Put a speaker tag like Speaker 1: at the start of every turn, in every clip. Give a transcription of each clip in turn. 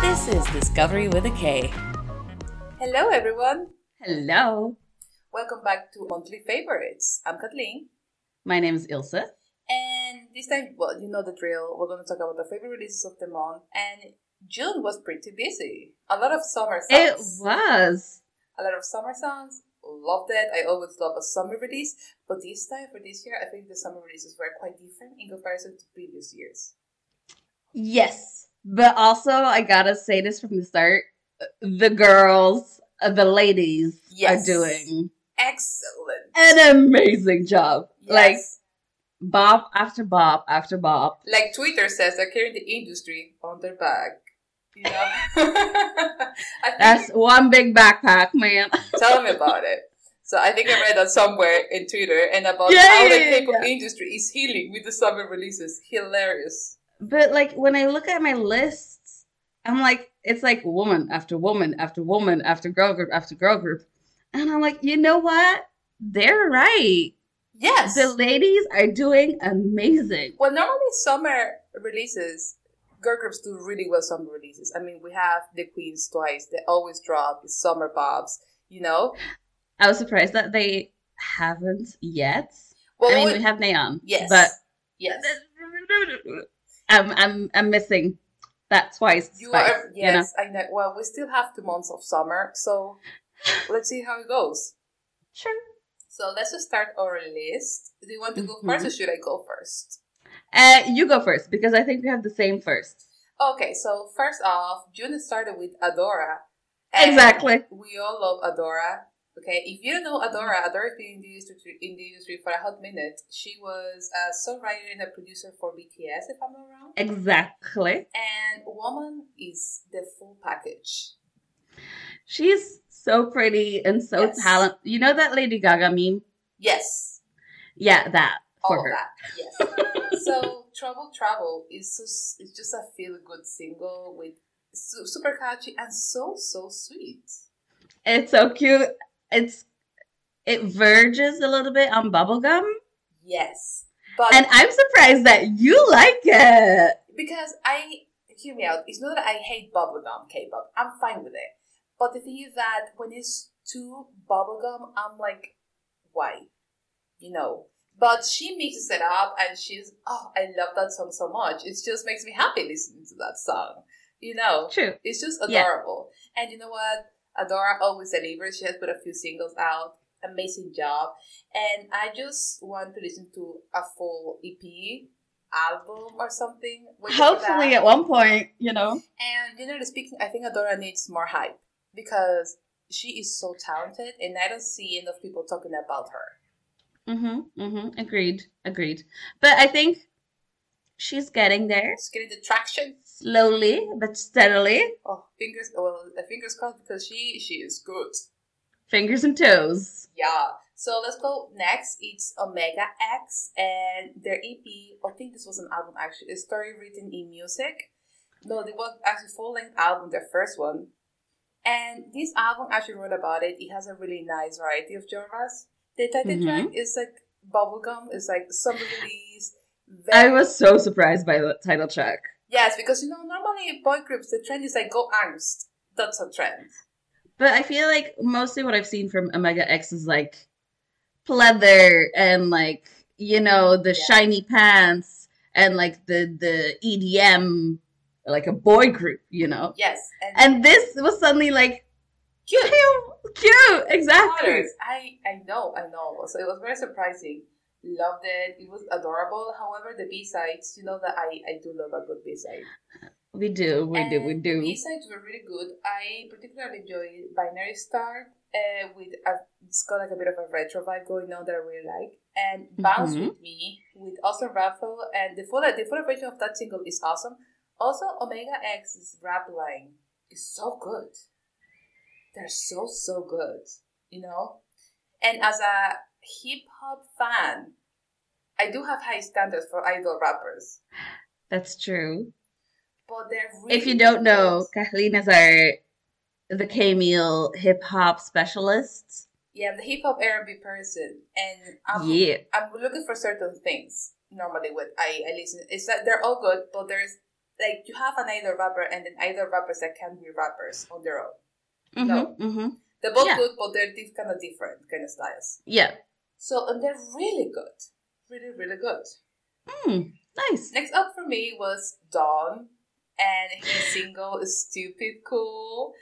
Speaker 1: This is Discovery with a K.
Speaker 2: Hello, everyone.
Speaker 1: Hello.
Speaker 2: Welcome back to Monthly Favorites. I'm Kathleen.
Speaker 1: My name is Ilsa.
Speaker 2: And this time, well, you know the drill. We're going to talk about the favorite releases of the month. And June was pretty busy. A lot of summer
Speaker 1: It
Speaker 2: songs.
Speaker 1: was.
Speaker 2: A lot of summer songs. Love that. I always love a summer release. But this time, for this year, I think the summer releases were quite different in comparison to previous years.
Speaker 1: Yes. But also, I gotta say this from the start the girls, uh, the ladies
Speaker 2: Yes.
Speaker 1: are doing
Speaker 2: Excellent.
Speaker 1: an amazing job. Like,
Speaker 2: Yes.
Speaker 1: Bob after Bob after Bob.
Speaker 2: like Twitter says, they're carrying the industry on their back. You know, I think,
Speaker 1: That's one big backpack, man.
Speaker 2: tell me about it. So I think I read that somewhere in Twitter and about
Speaker 1: Yeah,
Speaker 2: how
Speaker 1: yeah,
Speaker 2: the
Speaker 1: yeah,
Speaker 2: K-pop industry is healing with the summer releases. Hilarious.
Speaker 1: But, like, when I look at my lists, I'm like, it's like woman after woman after woman after girl group after girl group. And I'm like, you know what? They're right.
Speaker 2: Yes.
Speaker 1: The ladies are doing amazing.
Speaker 2: well, normally summer releases, girl groups do really well summer releases. I mean, we have the Queens twice. They always drop summer bobs. You know.
Speaker 1: I was surprised that they haven't yet.
Speaker 2: Well,
Speaker 1: I mean,
Speaker 2: we-
Speaker 1: we have Neon.
Speaker 2: yes,
Speaker 1: But
Speaker 2: yes.
Speaker 1: I'm, I'm, I'm missing that twice.
Speaker 2: You
Speaker 1: spice,
Speaker 2: are
Speaker 1: you know?
Speaker 2: yes, I know. Well, we still have two months of summer, so let's see how it goes.
Speaker 1: Sure.
Speaker 2: So let's just start our list. Do you want to go
Speaker 1: Mhm.
Speaker 2: first, or should I go first?
Speaker 1: Uh, you go first because I think we have the same first.
Speaker 2: Okay, so first off, June started with Adora. And
Speaker 1: Exactly.
Speaker 2: We all love Adora. Okay, if you don't know Adora, Adora has been in the industry, in the industry for a hot minute. She was a songwriter and a producer for BTS, if I'm not wrong.
Speaker 1: Exactly.
Speaker 2: And woman is the full package.
Speaker 1: She's so pretty and so
Speaker 2: Yes.
Speaker 1: talented. You know that Lady Gaga meme?
Speaker 2: Yes,
Speaker 1: Yeah, that for
Speaker 2: all of
Speaker 1: her.
Speaker 2: that. Yes. so trouble, trouble is just, it's just a feel good single with su- super catchy and so so sweet.
Speaker 1: It's so cute. It's it verges a little bit on bubblegum.
Speaker 2: Yes, but
Speaker 1: And I'm surprised that you like it.
Speaker 2: because I hear me out, it's not that I hate bubblegum K-pop. I'm fine with it. But the thing is that when it's too bubblegum, I'm like, why? You know. But she mixes it up, and she's oh, I love that song so much. It just makes me happy listening to that song. You know.
Speaker 1: True.
Speaker 2: It's just
Speaker 1: Yeah.
Speaker 2: adorable. And you know what? Adora always delivers. She has put a few singles out. Amazing job. And I just want to listen to a full EP, album, or something. Waiting for
Speaker 1: Hopefully,
Speaker 2: that.
Speaker 1: at one point, you know.
Speaker 2: And generally speaking, I think Adora needs more hype because she is so talented, and I don't see enough people talking about her.
Speaker 1: Mm-hmm. Mm-hmm. Agreed. Agreed. But I think she's getting there
Speaker 2: She's getting the traction.
Speaker 1: slowly but steadily.
Speaker 2: Oh, fingers! Well, fingers crossed because she she is good.
Speaker 1: Fingers and toes.
Speaker 2: Yeah. So let's go next. It's Omega X and their EP. I think this was an album actually. A story written in music. No, they was actually full length album. Their first one. And this album actually wrote about it. It has a really nice variety of genres. The title
Speaker 1: Mhm.
Speaker 2: track is like bubblegum. It's like some release.
Speaker 1: I
Speaker 2: Very,
Speaker 1: was so surprised by the title track.
Speaker 2: yes, because you know normally boy groups the trend is like go angst. That's a trend.
Speaker 1: But I feel like mostly what I've seen from Omega X is like pleather and like, you know, the
Speaker 2: Yeah.
Speaker 1: shiny pants and like the the EDM like a boy group, you know.
Speaker 2: Yes, and,
Speaker 1: And this was suddenly like
Speaker 2: cute.
Speaker 1: pew, cute, exactly.
Speaker 2: Otters. I I know, I know. So it was very surprising. Loved it. It was adorable. However, the B sides, you know that I I do love a good B side.
Speaker 1: We do, we do, we do.
Speaker 2: B sides were really good. I particularly enjoyed Binary Star. Uh, with a, it's got like a bit of a retro vibe going on that I really like, and Bounce
Speaker 1: Mhm.
Speaker 2: with Me with Awesome Raffle, and the full the full version of that single is awesome. Also, Omega X's rap line is so good. They're so so good, you know. And as a hip hop fan, I do have high standards for idol rappers,
Speaker 1: That's true.
Speaker 2: but they're really
Speaker 1: If you don't
Speaker 2: good.
Speaker 1: know, Kathleen is our the K Meal hip hop specialist.
Speaker 2: yeah, I'm the hip hop R&B person, and I'm
Speaker 1: yeah.
Speaker 2: I'm looking for certain things normally when I, I listen. It's that they're all good, but there's like you have an idol rapper and then idol rappers that can be rappers on their own.
Speaker 1: hmm
Speaker 2: No.
Speaker 1: hmm
Speaker 2: They're both
Speaker 1: Yeah.
Speaker 2: good, but they're diff- kind of different kind of styles.
Speaker 1: Yeah.
Speaker 2: So and they're really good, really really good.
Speaker 1: Mm, nice.
Speaker 2: Next up for me was Dawn, and his single is "Stupid Cool,"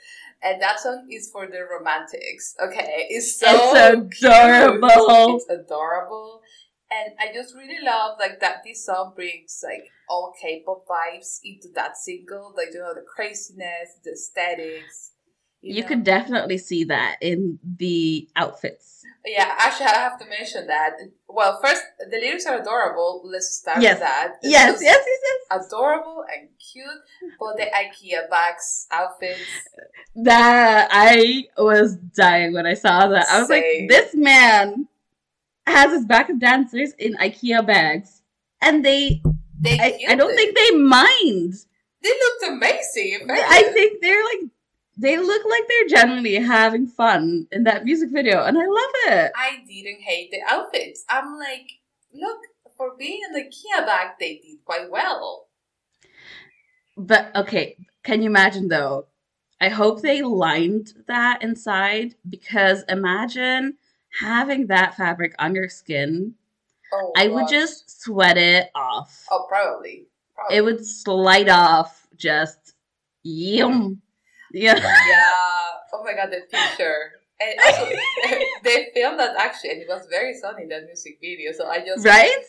Speaker 2: and that song is for the romantics. Okay, it's so
Speaker 1: It's
Speaker 2: cute.
Speaker 1: adorable.
Speaker 2: It's adorable, and I just really love like that. This song brings like all K-pop vibes into that single, like you know the craziness, the aesthetics.
Speaker 1: You
Speaker 2: know.
Speaker 1: could definitely see that in the outfits.
Speaker 2: yeah. Actually, I have to mention that. Well, first the lyrics are adorable. Let's start
Speaker 1: Yes.
Speaker 2: with that. It's
Speaker 1: Yes,
Speaker 2: just-
Speaker 1: yes, yes, yes.
Speaker 2: adorable and cute, but the IKEA bags outfits.
Speaker 1: That I was dying when I saw that. I was
Speaker 2: Same.
Speaker 1: like, this man has his backup dancers in IKEA bags. And they
Speaker 2: They
Speaker 1: I, I
Speaker 2: killed
Speaker 1: don't
Speaker 2: it.
Speaker 1: think they mind.
Speaker 2: they looked amazing. in fact.
Speaker 1: I think they're like they look like they're genuinely having fun in that music video and I love it.
Speaker 2: I didn't hate the outfits. I'm like, look, for being an IKEA bag, they did quite well.
Speaker 1: But okay, can you imagine though? I hope they lined that inside because imagine having that fabric on your skin.
Speaker 2: Oh,
Speaker 1: I would
Speaker 2: gosh.
Speaker 1: just sweat it off.
Speaker 2: Oh, probably. probably.
Speaker 1: It would slide off just yum. Yeah.
Speaker 2: Yeah. Oh my god, the picture. And also, they filmed that actually, and it was very sunny in that music video. So I just
Speaker 1: Right?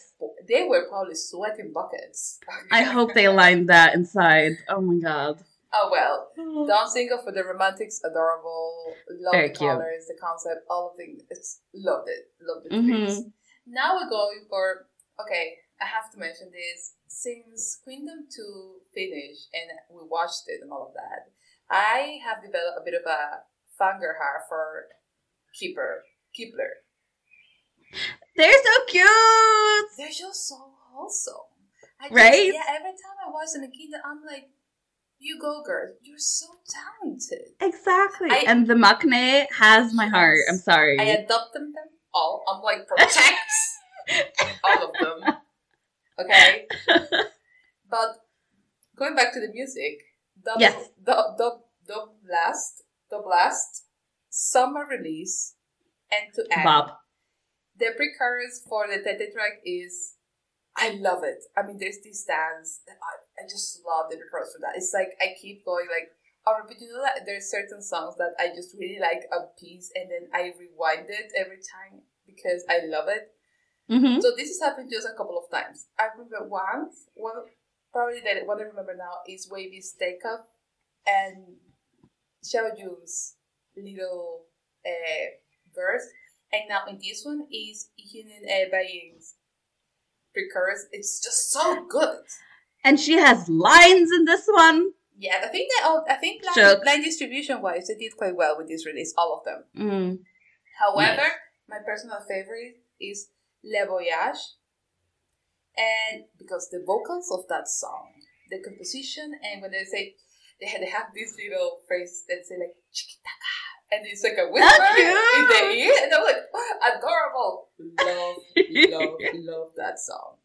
Speaker 2: They were probably sweating buckets.
Speaker 1: I hope they lined that inside. Oh my god.
Speaker 2: Oh well. Dawn single for the romantics, adorable, love
Speaker 1: Very
Speaker 2: the
Speaker 1: cute.
Speaker 2: colors, the concept, all of things. It's loved it, loved the
Speaker 1: Mhm.
Speaker 2: dreams. Now we're going for okay. I have to mention this since Queendom two finished and we watched it and all of that. I have developed a bit of a fanger heart for Keeper Keepler.
Speaker 1: They're so cute.
Speaker 2: They're just so wholesome, I just-
Speaker 1: Right?
Speaker 2: Yeah. Every time I watch them in Kingdom, I'm like, you go, girl. You're so talented.
Speaker 1: Exactly.
Speaker 2: I-
Speaker 1: and the makne has my heart.
Speaker 2: Yes.
Speaker 1: I'm sorry.
Speaker 2: I adopted them all. I'm like protect all of them. Okay. But going back to the music, dub,
Speaker 1: Yes.
Speaker 2: dub, dub, dub last, dub last, summer release, end to end.
Speaker 1: Bob.
Speaker 2: The precursors for the Tete track is, I love it. I mean, there's this dance. that I, I just love the precursors for that. It's like I keep going like. Or, but you know that there's certain songs that I just really like a piece, and then I rewind it every time because I love it.
Speaker 1: hmm
Speaker 2: So this has happened just a couple of times. I remember once, one probably that what I remember now is Wavy's take up and Xiao Jun's little uh, verse, and now in this one is Hyunin uh, Baek's recurse. It's just so good.
Speaker 1: And she has lines in this one.
Speaker 2: Yeah, I think they all. I think line,
Speaker 1: Shucks.
Speaker 2: line distribution wise, they did quite well with this release, all of them.
Speaker 1: Mm.
Speaker 2: However, my personal favorite is Le Voyage, and because the vocals of that song, the composition, and when they say they have, they have this little phrase that say like "chiquitaka," and it's like a whisper
Speaker 1: That's
Speaker 2: in the
Speaker 1: cute.
Speaker 2: ear, and I'm like, adorable, love, love, love that song.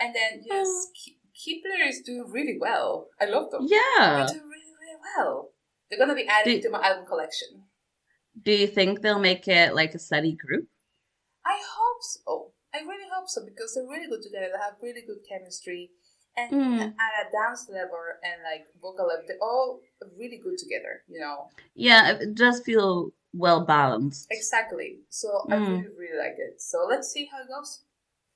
Speaker 2: And then
Speaker 1: Oh.
Speaker 2: yes, Ki- Keepler is doing really well. I love them.
Speaker 1: Yeah.
Speaker 2: They're doing really, really well. They're gonna be added
Speaker 1: Do-
Speaker 2: to my album collection.
Speaker 1: Do you think they'll make it like a study group?
Speaker 2: I hope so. Oh, I really hope so because they're really good together. They have really good chemistry, and
Speaker 1: Mm.
Speaker 2: at a dance level and like vocal level, they're all really good together. You know
Speaker 1: Yeah, it does feel well balanced.
Speaker 2: exactly. So I
Speaker 1: Mm.
Speaker 2: really really like it. So let's see how it goes.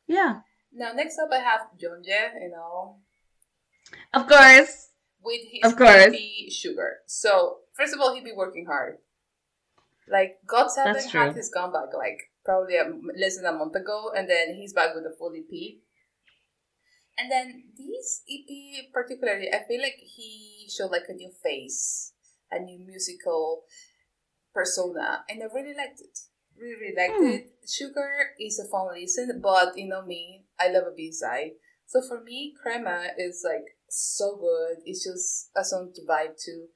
Speaker 1: yeah.
Speaker 2: Now next up, I have Jeonjae. You know
Speaker 1: Of course.
Speaker 2: with his
Speaker 1: Of course.
Speaker 2: baby sugar. So first of all, he'd be working hard. Like God
Speaker 1: That's
Speaker 2: seven had
Speaker 1: true.
Speaker 2: his comeback like probably a, less than a month ago, and then he's back with a full EP. And then this EP particularly, I feel like he showed like a new face, a new musical persona, and I really liked it. Really, really liked
Speaker 1: Hmm.
Speaker 2: it. Sugar is a fun listen, but you know me, I love a B side. So for me, Crema is like so good. It's just a song to vibe to.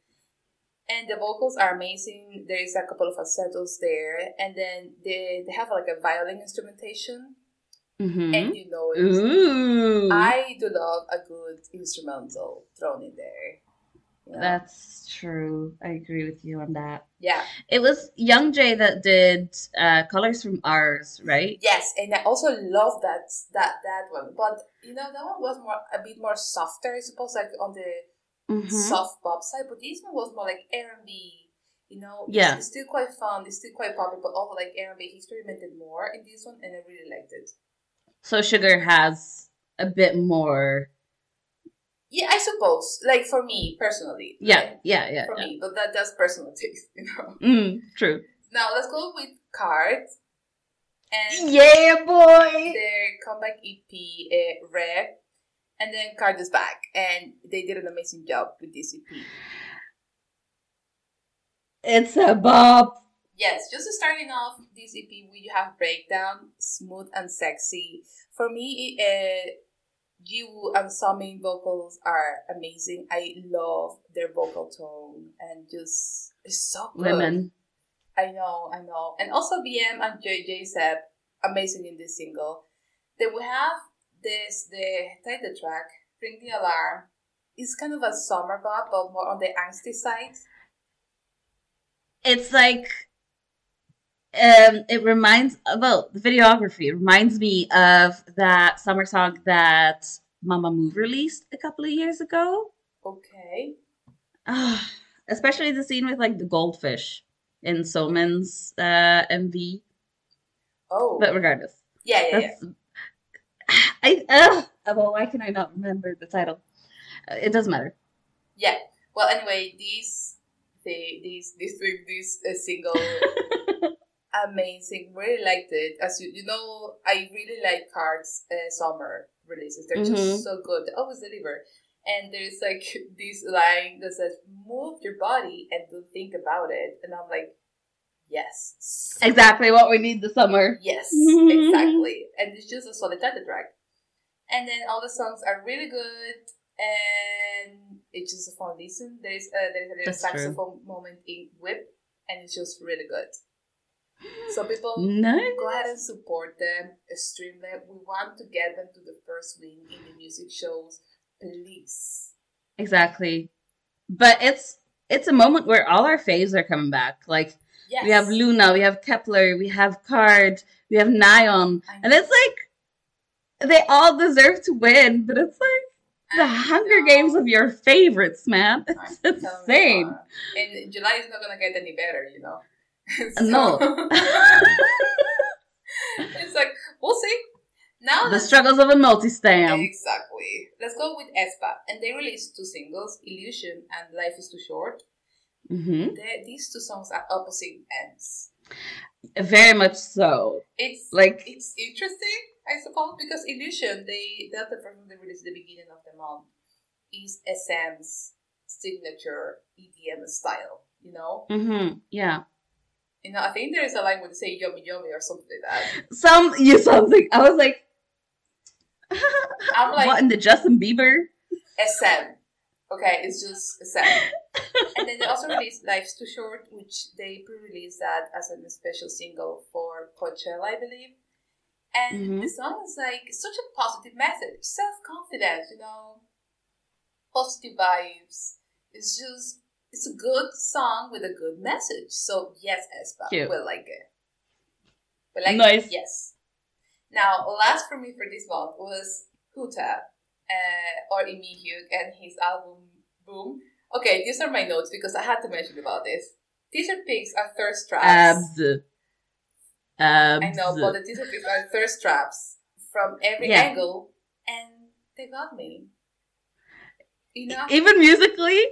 Speaker 2: And the vocals are amazing. There is a couple of falsettos there. And then they, they have like a violin instrumentation.
Speaker 1: Mm-hmm.
Speaker 2: and you know it.
Speaker 1: Ooh,
Speaker 2: I do love a good instrumental thrown in there. you know?
Speaker 1: that's true. I agree with you on that.
Speaker 2: yeah.
Speaker 1: It was Young Jay that did uh, Colors from Ours, right?
Speaker 2: Yes, and I also love that that that one. But you know that one was more a bit more softer, I suppose, like on the
Speaker 1: Mm-hmm.
Speaker 2: soft pop side. But this one was more like R and B. You know, It's-
Speaker 1: Yeah.
Speaker 2: it's, still quite fun. It's still quite popular, but also like R and B. He experimented more in this one, and I really liked it.
Speaker 1: So Sugar has a bit more.
Speaker 2: Yeah, I suppose. Like for me personally.
Speaker 1: Yeah,
Speaker 2: right?
Speaker 1: yeah, yeah.
Speaker 2: For
Speaker 1: yeah.
Speaker 2: me, but that that's personal taste, you know.
Speaker 1: Mm, true.
Speaker 2: Now let's go with card and
Speaker 1: Yeah, boy.
Speaker 2: their comeback EP, uh, Rare, and then Card is back, and they did an amazing job with this E EP.
Speaker 1: It's a bop.
Speaker 2: Yes, just starting off this EP, we have Breakdown, Smooth and Sexy. For me, uh, Jiwoo and Summing vocals are amazing. I love their vocal tone and just it's so good.
Speaker 1: Women.
Speaker 2: I know, I know. And also BM and JJ said amazing in this single. Then we have this the title track, Ring the Alarm. It's kind of a summer vibe, but more on the angsty side.
Speaker 1: It's like um it reminds well, the videography reminds me of that summer song that Mama Move released a couple of years ago.
Speaker 2: Okay.
Speaker 1: Ah, especially the scene with like the goldfish in Soman's uh MV.
Speaker 2: Oh.
Speaker 1: But regardless.
Speaker 2: yeah, yeah, yeah.
Speaker 1: That's I ugh, Uh, well, why can I not remember the title? Uh, It doesn't matter.
Speaker 2: Yeah. Well, anyway, these, the these, this, this uh, single, amazing. Really liked it. As you, you know, I really like Card's uh, summer releases. They're
Speaker 1: Mhm.
Speaker 2: just so good. They always deliver. And there's like this line that says, "Move your body and don't think about it." And I'm like, yes,
Speaker 1: Exactly what we need this summer.
Speaker 2: Yes,
Speaker 1: Mhm.
Speaker 2: exactly. And it's just a solid title track. And then all the songs are really good, and it's just a fun listen. There's a, there's a little
Speaker 1: That's true.
Speaker 2: saxophone moment in Whip, and it's just really good. So people,
Speaker 1: No.
Speaker 2: go ahead and support them, stream them. We want to get them to the first wing in the music shows, please.
Speaker 1: Exactly. But it's it's a moment where all our faves are coming back. Like
Speaker 2: Yes.
Speaker 1: we have Luna, we have Kepler, we have Card, we have Nyon.
Speaker 2: I
Speaker 1: And it's like they all deserve to win, but it's like the
Speaker 2: I
Speaker 1: Hunger
Speaker 2: know.
Speaker 1: Games of your favorites, man.
Speaker 2: I'm telling
Speaker 1: It's
Speaker 2: you,
Speaker 1: insane.
Speaker 2: uh, And July is not gonna get any better, you know.
Speaker 1: No.
Speaker 2: it's like we'll see. Now
Speaker 1: The
Speaker 2: let's-
Speaker 1: struggles of a multi stam.
Speaker 2: exactly. Let's go with Espa, and they released two singles, "Illusion" and "Life Is Too Short."
Speaker 1: hmm
Speaker 2: They, these two songs are opposite ends.
Speaker 1: Very much so.
Speaker 2: It's
Speaker 1: Like
Speaker 2: it's interesting, I suppose, because "Illusion" they that's the first one they released at the beginning of the month is SM's signature EDM style. You know,
Speaker 1: mhm, yeah.
Speaker 2: you know. I think there is a line where they say "yummy yummy" or something like that.
Speaker 1: Some you something I was like,
Speaker 2: I'm like,
Speaker 1: what in the Justin Bieber?
Speaker 2: SM. Okay, it's just SM. and then they also released Life's Too Short, which they pre-released that as a special single for Coachella, I believe. And
Speaker 1: Mhm.
Speaker 2: the song is like such a positive message, self-confidence, you know, positive vibes. It's just it's a good song with a good message. So yes, Espa,
Speaker 1: Cute.
Speaker 2: we like it. We like
Speaker 1: Nice.
Speaker 2: it. Yes. Now, last for me for this month was Huta uh, or Imi Hugh and his album Boom. Okay, these are my notes because I had to mention about this. Teaser picks are thirst traps.
Speaker 1: Abs. Abs.
Speaker 2: I know, but the teaser picks are thirst traps from every
Speaker 1: Yeah.
Speaker 2: angle, and they got me. You know,
Speaker 1: Even musically,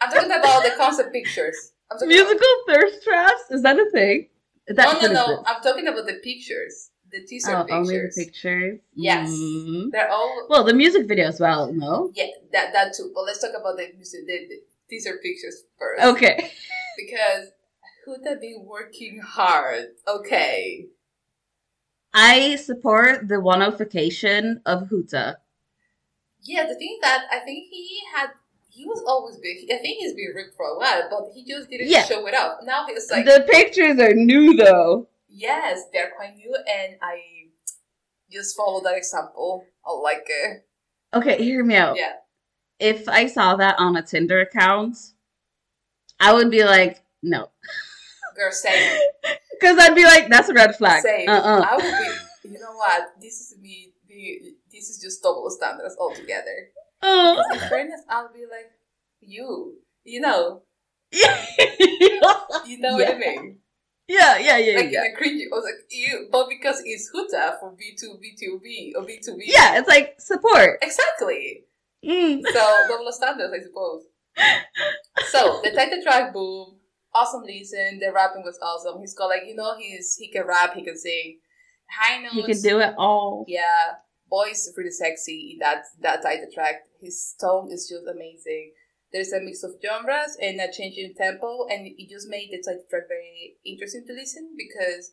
Speaker 2: I'm talking about the concept pictures. I'm talking about-
Speaker 1: musical thirst traps is that a thing? Is that
Speaker 2: no,
Speaker 1: what
Speaker 2: no,
Speaker 1: it
Speaker 2: no.
Speaker 1: is?
Speaker 2: I'm talking about the pictures, the teaser
Speaker 1: Oh,
Speaker 2: pictures.
Speaker 1: only the pictures.
Speaker 2: Yes.
Speaker 1: Mhm.
Speaker 2: They're all
Speaker 1: Well, the music video as well. No.
Speaker 2: yeah, that that too. But let's talk about the music. The, the, these are pictures first.
Speaker 1: Okay.
Speaker 2: Because Huda been working hard. Okay.
Speaker 1: I support the oneification of Huta.
Speaker 2: Yeah, the thing that I think he had, he was always big. I think he's been ripped for a while, but he just didn't
Speaker 1: Yeah.
Speaker 2: show it up. Now he's like,
Speaker 1: the pictures are new though.
Speaker 2: yes, they're quite new, and I just follow that example. I like it.
Speaker 1: Okay, hear me out.
Speaker 2: Yeah.
Speaker 1: If I saw that on a Tinder account, I would be like, no.
Speaker 2: Girl, same.
Speaker 1: Because I'd be like, that's a red flag.
Speaker 2: Same.
Speaker 1: Uh-uh.
Speaker 2: I would be, you know what? This is me. The, this is just double standards altogether.
Speaker 1: Oh.
Speaker 2: 'Cause In fairness, I'll be like, you. You know.
Speaker 1: yeah,
Speaker 2: You know what I mean?
Speaker 1: yeah, yeah,
Speaker 2: Like
Speaker 1: yeah.
Speaker 2: in a cringy. I was like, you. But because it's Huta for B2, B2B, or B2B.
Speaker 1: Yeah, it's like support.
Speaker 2: Exactly.
Speaker 1: Mm.
Speaker 2: So double standards, I suppose. So the Titan track boom, awesome listen. The rapping was awesome. He's got like you know he's he can rap, he can sing, high notes.
Speaker 1: You can do it all.
Speaker 2: Yeah, voice is pretty sexy in that that Titan track. His tone is just amazing. There's a mix of genres and a change in tempo, and it just made the Titan track very interesting to listen because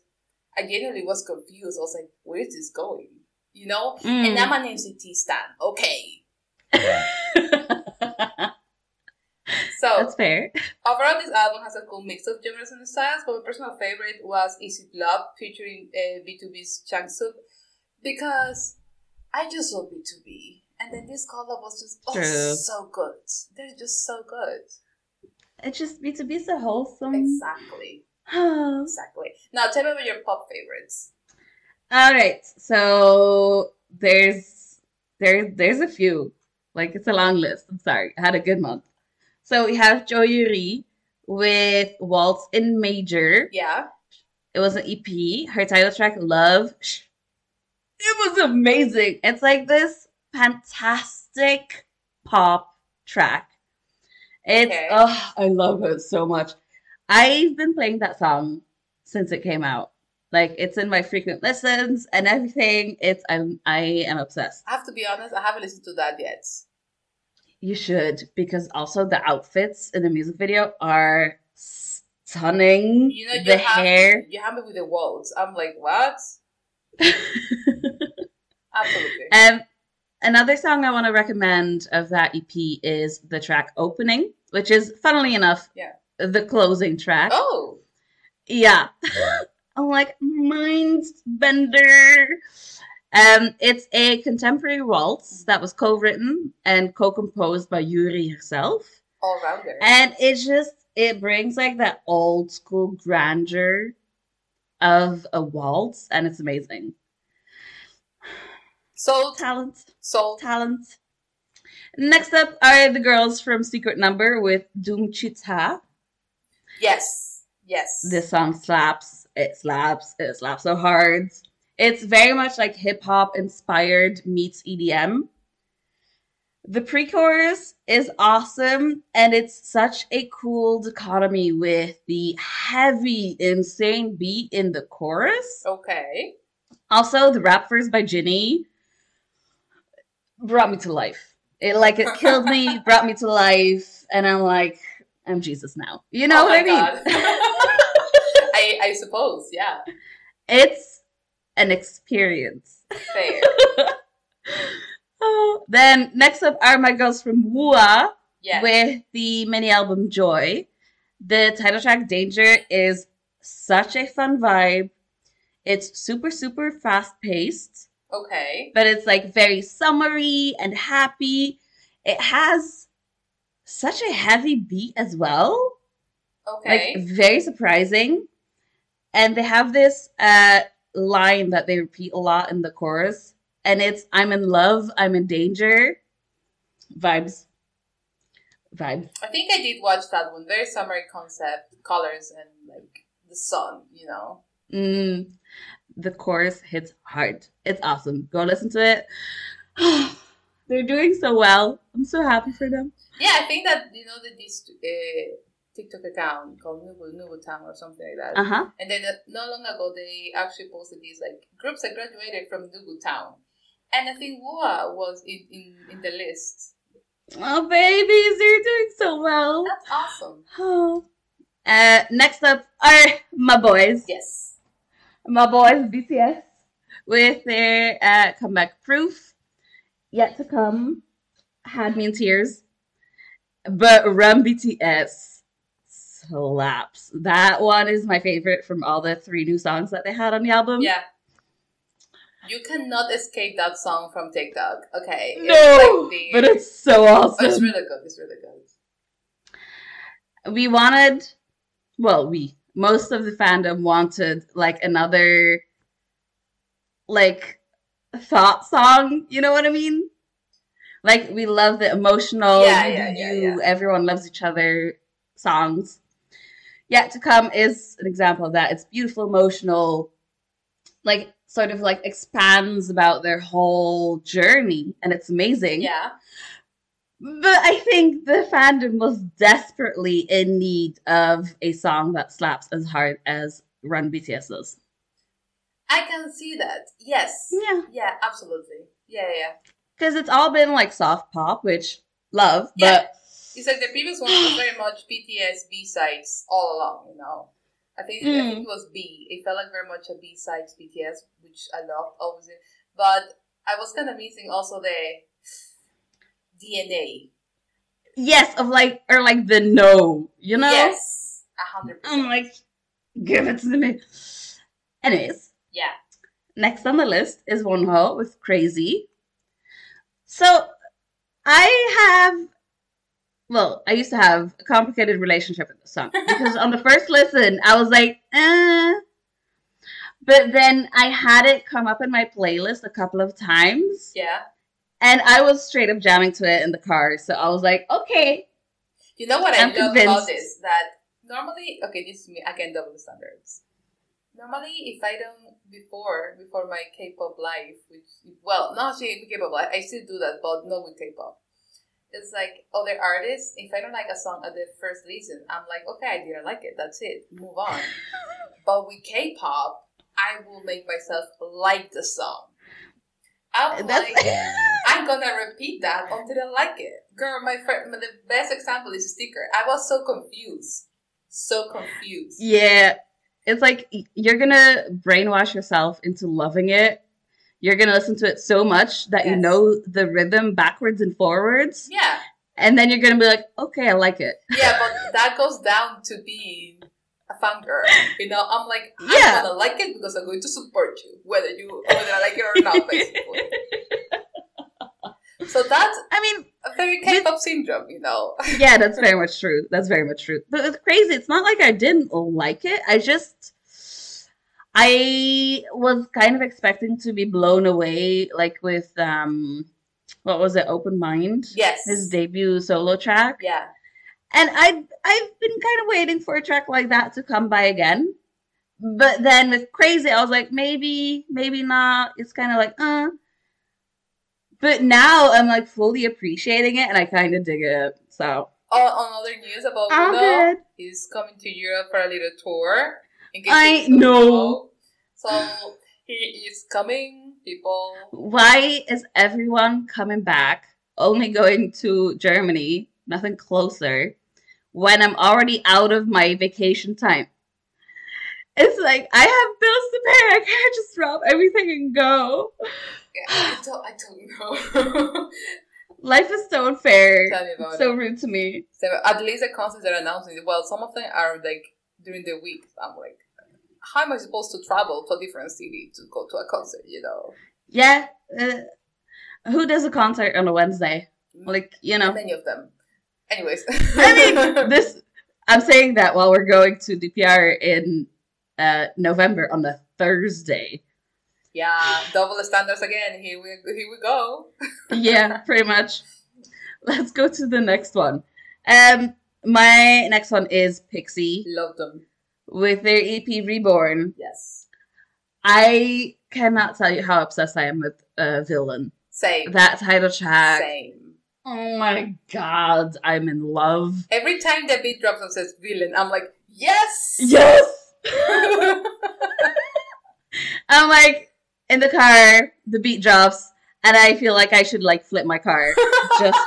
Speaker 2: I genuinely was confused. I was like, where is this going? You know, and
Speaker 1: Mm.
Speaker 2: I'm an MCT stan. Okay, so
Speaker 1: Mm. That's fair.
Speaker 2: Overall, this album has a cool mix of genres and styles, but my personal favorite was Is It Love featuring uh, B2B's Chang Sub because I just love B2B. And then this collab was just oh,
Speaker 1: True.
Speaker 2: so good. They're just so good.
Speaker 1: It's just B2B's so wholesome. Oh,
Speaker 2: Exactly. Exactly. Now tell me about your pop favorites.
Speaker 1: All right, so there's there there's a few. Like it's a long list. I'm sorry. I had a good month. So we have Joyuri with Waltz in Major.
Speaker 2: Yeah.
Speaker 1: It was an EP. Her title track Love. Sh- It was amazing. It's like this fantastic pop track. It's
Speaker 2: Okay.
Speaker 1: oh, I love it so much. I've been playing that song since it came out. Like it's in my frequent listens and everything. It's I'm I am obsessed.
Speaker 2: I have to be honest, I haven't listened to that yet.
Speaker 1: You should because also the outfits in the music video are stunning.
Speaker 2: You know, you
Speaker 1: the
Speaker 2: have
Speaker 1: hair.
Speaker 2: you have me with the walls. I'm like, what? Absolutely.
Speaker 1: Um, another song I want to recommend of that EP is the track "Opening," which is, funnily enough,
Speaker 2: Yeah.
Speaker 1: the closing track.
Speaker 2: Oh.
Speaker 1: Yeah, I'm like mind bender. Um, it's a contemporary waltz that was co-written and co-composed by Yuri herself,
Speaker 2: All rounder.
Speaker 1: and it just it brings like that old school grandeur of a waltz, and it's amazing.
Speaker 2: Sold,
Speaker 1: Talent.
Speaker 2: sold.
Speaker 1: talent. Next up are the girls from Secret Number with Doom Chita.
Speaker 2: Yes, yes.
Speaker 1: This song slaps. It slaps. It slaps so hard. It's very much like hip hop inspired meets EDM. The pre chorus is awesome and it's such a cool dichotomy with the heavy, insane beat in the chorus.
Speaker 2: Okay.
Speaker 1: Also, the rap verse by Ginny brought me to life. It like it killed me, brought me to life, and I'm like, I'm Jesus now. You know
Speaker 2: Oh
Speaker 1: what
Speaker 2: my
Speaker 1: I mean?
Speaker 2: God. I I suppose, yeah.
Speaker 1: It's an experience.
Speaker 2: Fair.
Speaker 1: Oh. Then next up are my girls from Wua
Speaker 2: Yeah.
Speaker 1: with the mini album Joy. The title track Danger is such a fun vibe. It's super, super fast paced.
Speaker 2: Okay.
Speaker 1: but it's like very summery and happy. It has such a heavy beat as well,
Speaker 2: Okay.
Speaker 1: like very surprising. And they have this uh, line that they repeat a lot in the chorus, and it's "I'm in love, I'm in danger." Vibes, vibes.
Speaker 2: I think I did watch that one. Very summery concept, colors and like the sun, you know.
Speaker 1: Mm, the chorus hits hard. It's awesome. Go listen to it. They're doing so well. I'm so happy for them.
Speaker 2: Yeah, I think that you know that this uh, TikTok account called Nubu Nubu Town or something like that.
Speaker 1: Uh huh.
Speaker 2: And then uh, not long ago, they actually posted these like groups that graduated from Nubu Town, and I think Wua was in, in in the list.
Speaker 1: Oh, babies, you're doing so well.
Speaker 2: That's awesome.
Speaker 1: Oh. Uh, next up are my boys.
Speaker 2: Yes.
Speaker 1: My boys, BTS, with their uh, comeback proof. Yet to come. Had me in tears. But Run BTS slaps. That one is my favorite from all the three new songs that they had on the album.
Speaker 2: Yeah. You cannot escape that song from TikTok. Okay.
Speaker 1: No,
Speaker 2: It's like the,
Speaker 1: but it's so
Speaker 2: oh, it's
Speaker 1: awesome.
Speaker 2: really good. It's really good.
Speaker 1: We wanted, well, we most of the fandom wanted like another, like thought song. You know what I mean? Like we love the emotional,
Speaker 2: Yeah,
Speaker 1: you do
Speaker 2: yeah, yeah,
Speaker 1: you, everyone loves each other songs. Yet to come is an example of that. It's beautiful, emotional, like sort of like expands about their whole journey, and it's amazing.
Speaker 2: Yeah.
Speaker 1: But I think the fandom was desperately in need of a song that slaps as hard as Run BTS does.
Speaker 2: I can see that. Yes.
Speaker 1: Yeah.
Speaker 2: Yeah, absolutely. Yeah, yeah, yeah.
Speaker 1: Because it's all been like soft pop, which love,
Speaker 2: Yeah.
Speaker 1: but
Speaker 2: It's like the previous one was very much BTS B sides all along, you know. I think, I
Speaker 1: Mm.
Speaker 2: think it was B. It felt like very much a B sides BTS, which I loved, obviously. But I was kind of missing also the DNA.
Speaker 1: yes, of like, or like the no, you know? Mm.
Speaker 2: Yes, a hundred
Speaker 1: I'm
Speaker 2: percent.
Speaker 1: like, give it to me. Anyways,
Speaker 2: Yeah,
Speaker 1: next on the list is Wonho with Crazy. So I have, well, I used to have a complicated relationship with this song because on the first listen, I was like, eh. But then I had it come up in my playlist a couple of times
Speaker 2: yeah.
Speaker 1: and I was straight up jamming to it in the car. So I was like, okay,
Speaker 2: You know what i
Speaker 1: I'm
Speaker 2: love about
Speaker 1: convinced.
Speaker 2: this? That normally, okay, this is me again, double standards. Normally, if I don't before before my K-pop life, which well, not actually with K-pop life, I still do that, but not with K-pop. It's like other artists. If I don't like a song at the first listen, I'm like, okay, I didn't like it. That's it. Move on. but with K-pop, I will make myself like the song. I'm
Speaker 1: that's.
Speaker 2: like, I'm gonna repeat that until I like it. Girl, my friend, the best example is a sticker. I was so confused. So confused.
Speaker 1: Yeah. It's like y- you're gonna brainwash yourself into loving it. You're gonna listen to it so much that you
Speaker 2: Yes.
Speaker 1: know the rhythm backwards and forwards.
Speaker 2: Yeah.
Speaker 1: And then you're gonna be like, okay, I like it.
Speaker 2: Yeah, but that goes down to being a fan girl. You know, I'm like, I'm
Speaker 1: Yeah.
Speaker 2: gonna like it because I'm going to support you, whether you whether I like it or not, basically. so that's
Speaker 1: I mean,
Speaker 2: a very K pop syndrome, you know.
Speaker 1: yeah, that's very much true. That's very much true. But it's crazy. It's not like I didn't like it. I just I was kind of expecting to be blown away, like with um what was it, Open Mind?
Speaker 2: Yes.
Speaker 1: His debut solo track.
Speaker 2: Yeah.
Speaker 1: And I I've been kind of waiting for a track like that to come by again. But then with Crazy, I was like, maybe, maybe not. It's kind of like, uh. But now I'm like fully appreciating it and I kind of dig it. So,
Speaker 2: Oh, on other news about
Speaker 1: all
Speaker 2: Bruno,
Speaker 1: good.
Speaker 2: He's coming to Europe for a little tour. In case
Speaker 1: I
Speaker 2: you don't
Speaker 1: know.
Speaker 2: So he is coming, people.
Speaker 1: Why is everyone coming back, only going to Germany, nothing closer, when I'm already out of my vacation time? It's like, I have bills to pay. I can't just drop everything and go.
Speaker 2: Yeah, I don't, I don't know.
Speaker 1: Life is so unfair.
Speaker 2: Tell me about
Speaker 1: so
Speaker 2: it.
Speaker 1: rude to me.
Speaker 2: So at least the concerts are announcing. Well, some of them are like during the week. I'm like, how am I supposed to travel to a different city to go to a concert? You know,
Speaker 1: Yeah. Uh, who does a concert on a Wednesday? Like, you know.
Speaker 2: many of them. Anyways,
Speaker 1: I mean, this. I'm saying that while we're going to DPR in uh, November on a Thursday.
Speaker 2: yeah, double standards again. Here we here we go.
Speaker 1: Yeah, pretty much. Let's go to the next one. Um, my next one is Pixie
Speaker 2: Love them.
Speaker 1: with their EP Reborn.
Speaker 2: Yes.
Speaker 1: I cannot tell you how obsessed I am with uh, Villain.
Speaker 2: Same.
Speaker 1: That title track.
Speaker 2: Same.
Speaker 1: Oh my god, I'm in love.
Speaker 2: Every time the beat drops and says villain, I'm like, yes!
Speaker 1: Yes! I'm like in the car, the beat drops, and I feel like I should like flip my car just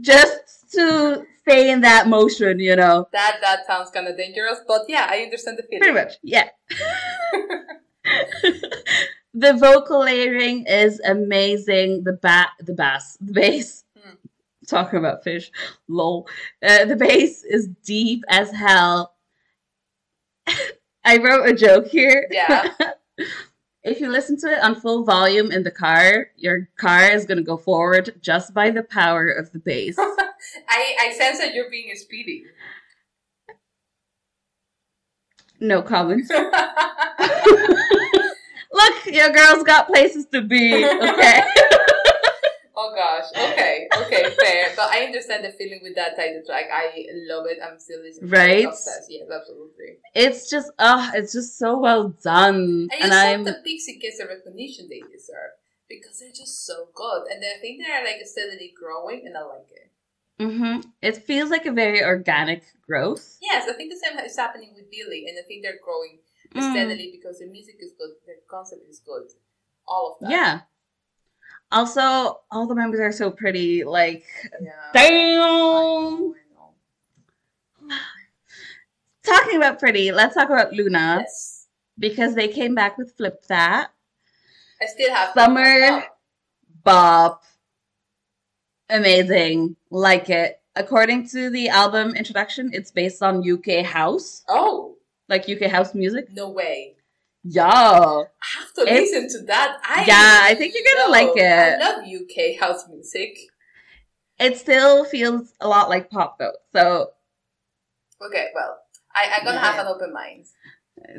Speaker 1: just to stay in that motion, you know.
Speaker 2: that that sounds kind of dangerous, but yeah, I understand the
Speaker 1: Pretty
Speaker 2: feeling.
Speaker 1: much, yeah. the vocal layering is amazing. The bat, the bass, the bass.
Speaker 2: Hmm.
Speaker 1: Talking about fish, lol. Uh, the bass is deep as hell. I wrote a joke here.
Speaker 2: Yeah.
Speaker 1: If you listen to it on full volume in the car, your car is going to go forward just by the power of the bass.
Speaker 2: I, I sense that you're being speedy.
Speaker 1: No comments. Look, your girl's got places to be, okay?
Speaker 2: Oh gosh. Okay. Okay. Fair. but I understand the feeling with that title track. I love it. I'm still listening. to it.
Speaker 1: Right?
Speaker 2: Obsessed. Yes, absolutely.
Speaker 1: it's just, uh, it's just so well done.
Speaker 2: And you
Speaker 1: And
Speaker 2: said
Speaker 1: I'm,
Speaker 2: the Pixie gets the recognition they deserve because they're just so good, and I think they're like steadily growing, and I like it.
Speaker 1: hmm it feels like a very organic growth.
Speaker 2: Yes, I think the same is happening with Billy, and I think they're growing
Speaker 1: Mm.
Speaker 2: steadily because their music is good, their concept is good, all of that.
Speaker 1: Yeah. Also, all the members are so pretty. Like,
Speaker 2: Yeah. I
Speaker 1: damn.
Speaker 2: know, I know.
Speaker 1: Talking about pretty, let's talk about Luna
Speaker 2: Yes.
Speaker 1: because they came back with Flip That,
Speaker 2: I still have
Speaker 1: Summer. Bob. Amazing. Like it. According to the album introduction, it's based on UK house,
Speaker 2: Oh
Speaker 1: like UK house music.
Speaker 2: no way!
Speaker 1: Yo.
Speaker 2: I have to
Speaker 1: It's-
Speaker 2: listen to that. I
Speaker 1: Yeah, I think you're gonna like
Speaker 2: I
Speaker 1: it.
Speaker 2: love UK house music.
Speaker 1: It still feels a lot like pop though. So
Speaker 2: Okay, well, I, I'm gonna
Speaker 1: Yeah.
Speaker 2: have an open mind.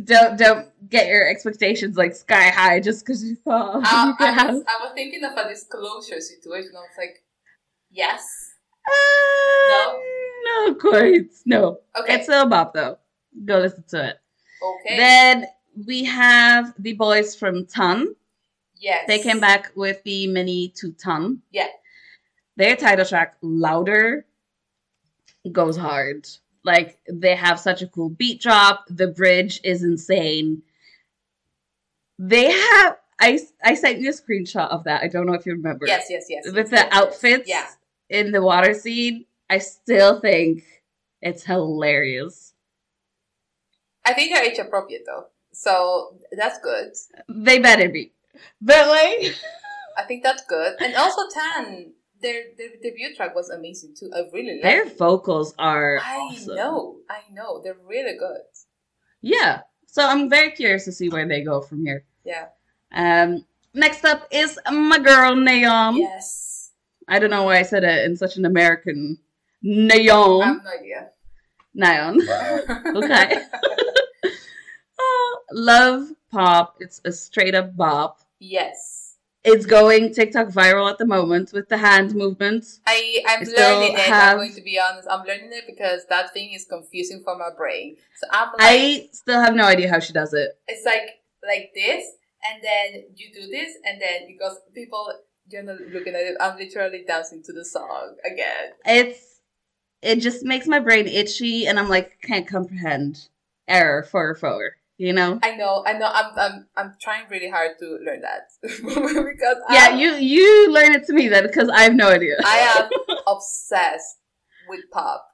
Speaker 1: don't don't get your expectations like sky high just because you saw
Speaker 2: Um,
Speaker 1: UK
Speaker 2: I,
Speaker 1: house.
Speaker 2: was, I was thinking of a disclosure situation. I was like, yes.
Speaker 1: Uh, no quite. No.
Speaker 2: Okay.
Speaker 1: It's still a bop though. Go listen to it.
Speaker 2: okay.
Speaker 1: Then we have the boys from Ton.
Speaker 2: yes.
Speaker 1: They came back with the mini to Ton.
Speaker 2: Yeah.
Speaker 1: Their title track, Louder, goes hard. Like they have such a cool beat drop. The bridge is insane. They have I I sent you a screenshot of that. I don't know if you remember.
Speaker 2: Yes, yes, yes. yes,
Speaker 1: with the
Speaker 2: yes.
Speaker 1: outfits
Speaker 2: Yeah.
Speaker 1: in the water scene, I still think it's hilarious.
Speaker 2: I think they're age appropriate though. So that's good.
Speaker 1: They better be. But like
Speaker 2: I think that's good. And also Tan, their their debut track was amazing too. I really loved
Speaker 1: their
Speaker 2: it.
Speaker 1: vocals are
Speaker 2: I
Speaker 1: awesome.
Speaker 2: know, I know. They're really good.
Speaker 1: Yeah. So I'm very curious to see where they go from here.
Speaker 2: Yeah.
Speaker 1: Um next up is my girl Naom.
Speaker 2: yes.
Speaker 1: I don't know why I said it in such an American Naom.
Speaker 2: I have no idea.
Speaker 1: Naon. Okay. Oh, love pop. It's a straight up bop.
Speaker 2: yes.
Speaker 1: It's going TikTok viral at the moment with the hand movement.
Speaker 2: I, I'm
Speaker 1: I still
Speaker 2: learning it.
Speaker 1: have-
Speaker 2: I'm going to be honest. I'm learning it because that thing is confusing for my brain. So I'm like,
Speaker 1: I still have no idea how she does it.
Speaker 2: it's like like this, and then you do this, and then because people you're not looking at it, I'm literally dancing to the song again.
Speaker 1: It's it just makes my brain itchy and I'm like can't comprehend error for forward, you know?
Speaker 2: I know, I know. I'm I'm I'm trying really hard to learn that because
Speaker 1: Yeah,
Speaker 2: I'm-
Speaker 1: you you learn it to me then because I have no idea.
Speaker 2: I am obsessed with pop.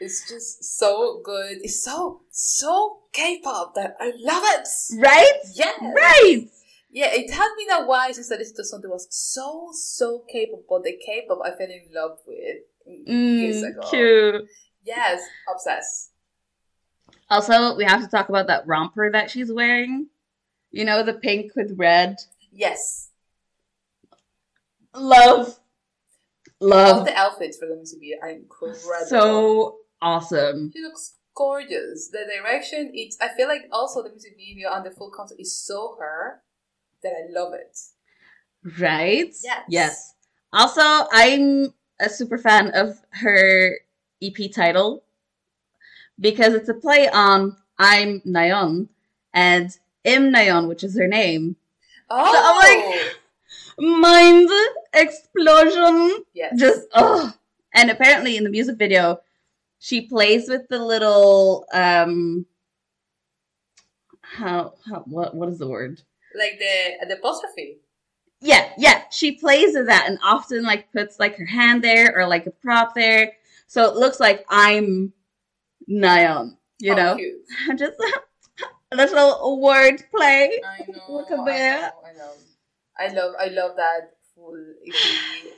Speaker 2: It's just so good. It's so so K-pop that I love it.
Speaker 1: Right?
Speaker 2: Yes.
Speaker 1: Right.
Speaker 2: Yeah, it has been a while since I listened to something that was so so K-pop, but the K-pop I fell in love with years
Speaker 1: Mm,
Speaker 2: ago.
Speaker 1: cute.
Speaker 2: Yes, obsessed.
Speaker 1: Also, we have to talk about that romper that she's wearing. You know, the pink with red.
Speaker 2: Yes,
Speaker 1: Love.
Speaker 2: all
Speaker 1: Love.
Speaker 2: the outfits for them to be are incredible.
Speaker 1: Oh. So awesome.
Speaker 2: She looks gorgeous. The direction, it's. I feel like also the music video and the full concert is so her that I love it.
Speaker 1: Right?
Speaker 2: Yes.
Speaker 1: Yes. Also, I'm a super fan of her EP title because it's a play on I'm Nayeon and Im Nayeon, which is her name.
Speaker 2: Oh,
Speaker 1: like- Mind explosion.
Speaker 2: yes.
Speaker 1: Just oh. And apparently in the music video, she plays with the little um how how what what is the word?
Speaker 2: like the the apostrophe.
Speaker 1: Yeah, yeah. She plays with that and often like puts like her hand there or like a prop there. So it looks like I'm Nayeon, you
Speaker 2: Oh,
Speaker 1: know?
Speaker 2: cute.
Speaker 1: Just a little word play.
Speaker 2: I know.
Speaker 1: Look at
Speaker 2: I
Speaker 1: that.
Speaker 2: know, I know. I love. I love that full EP.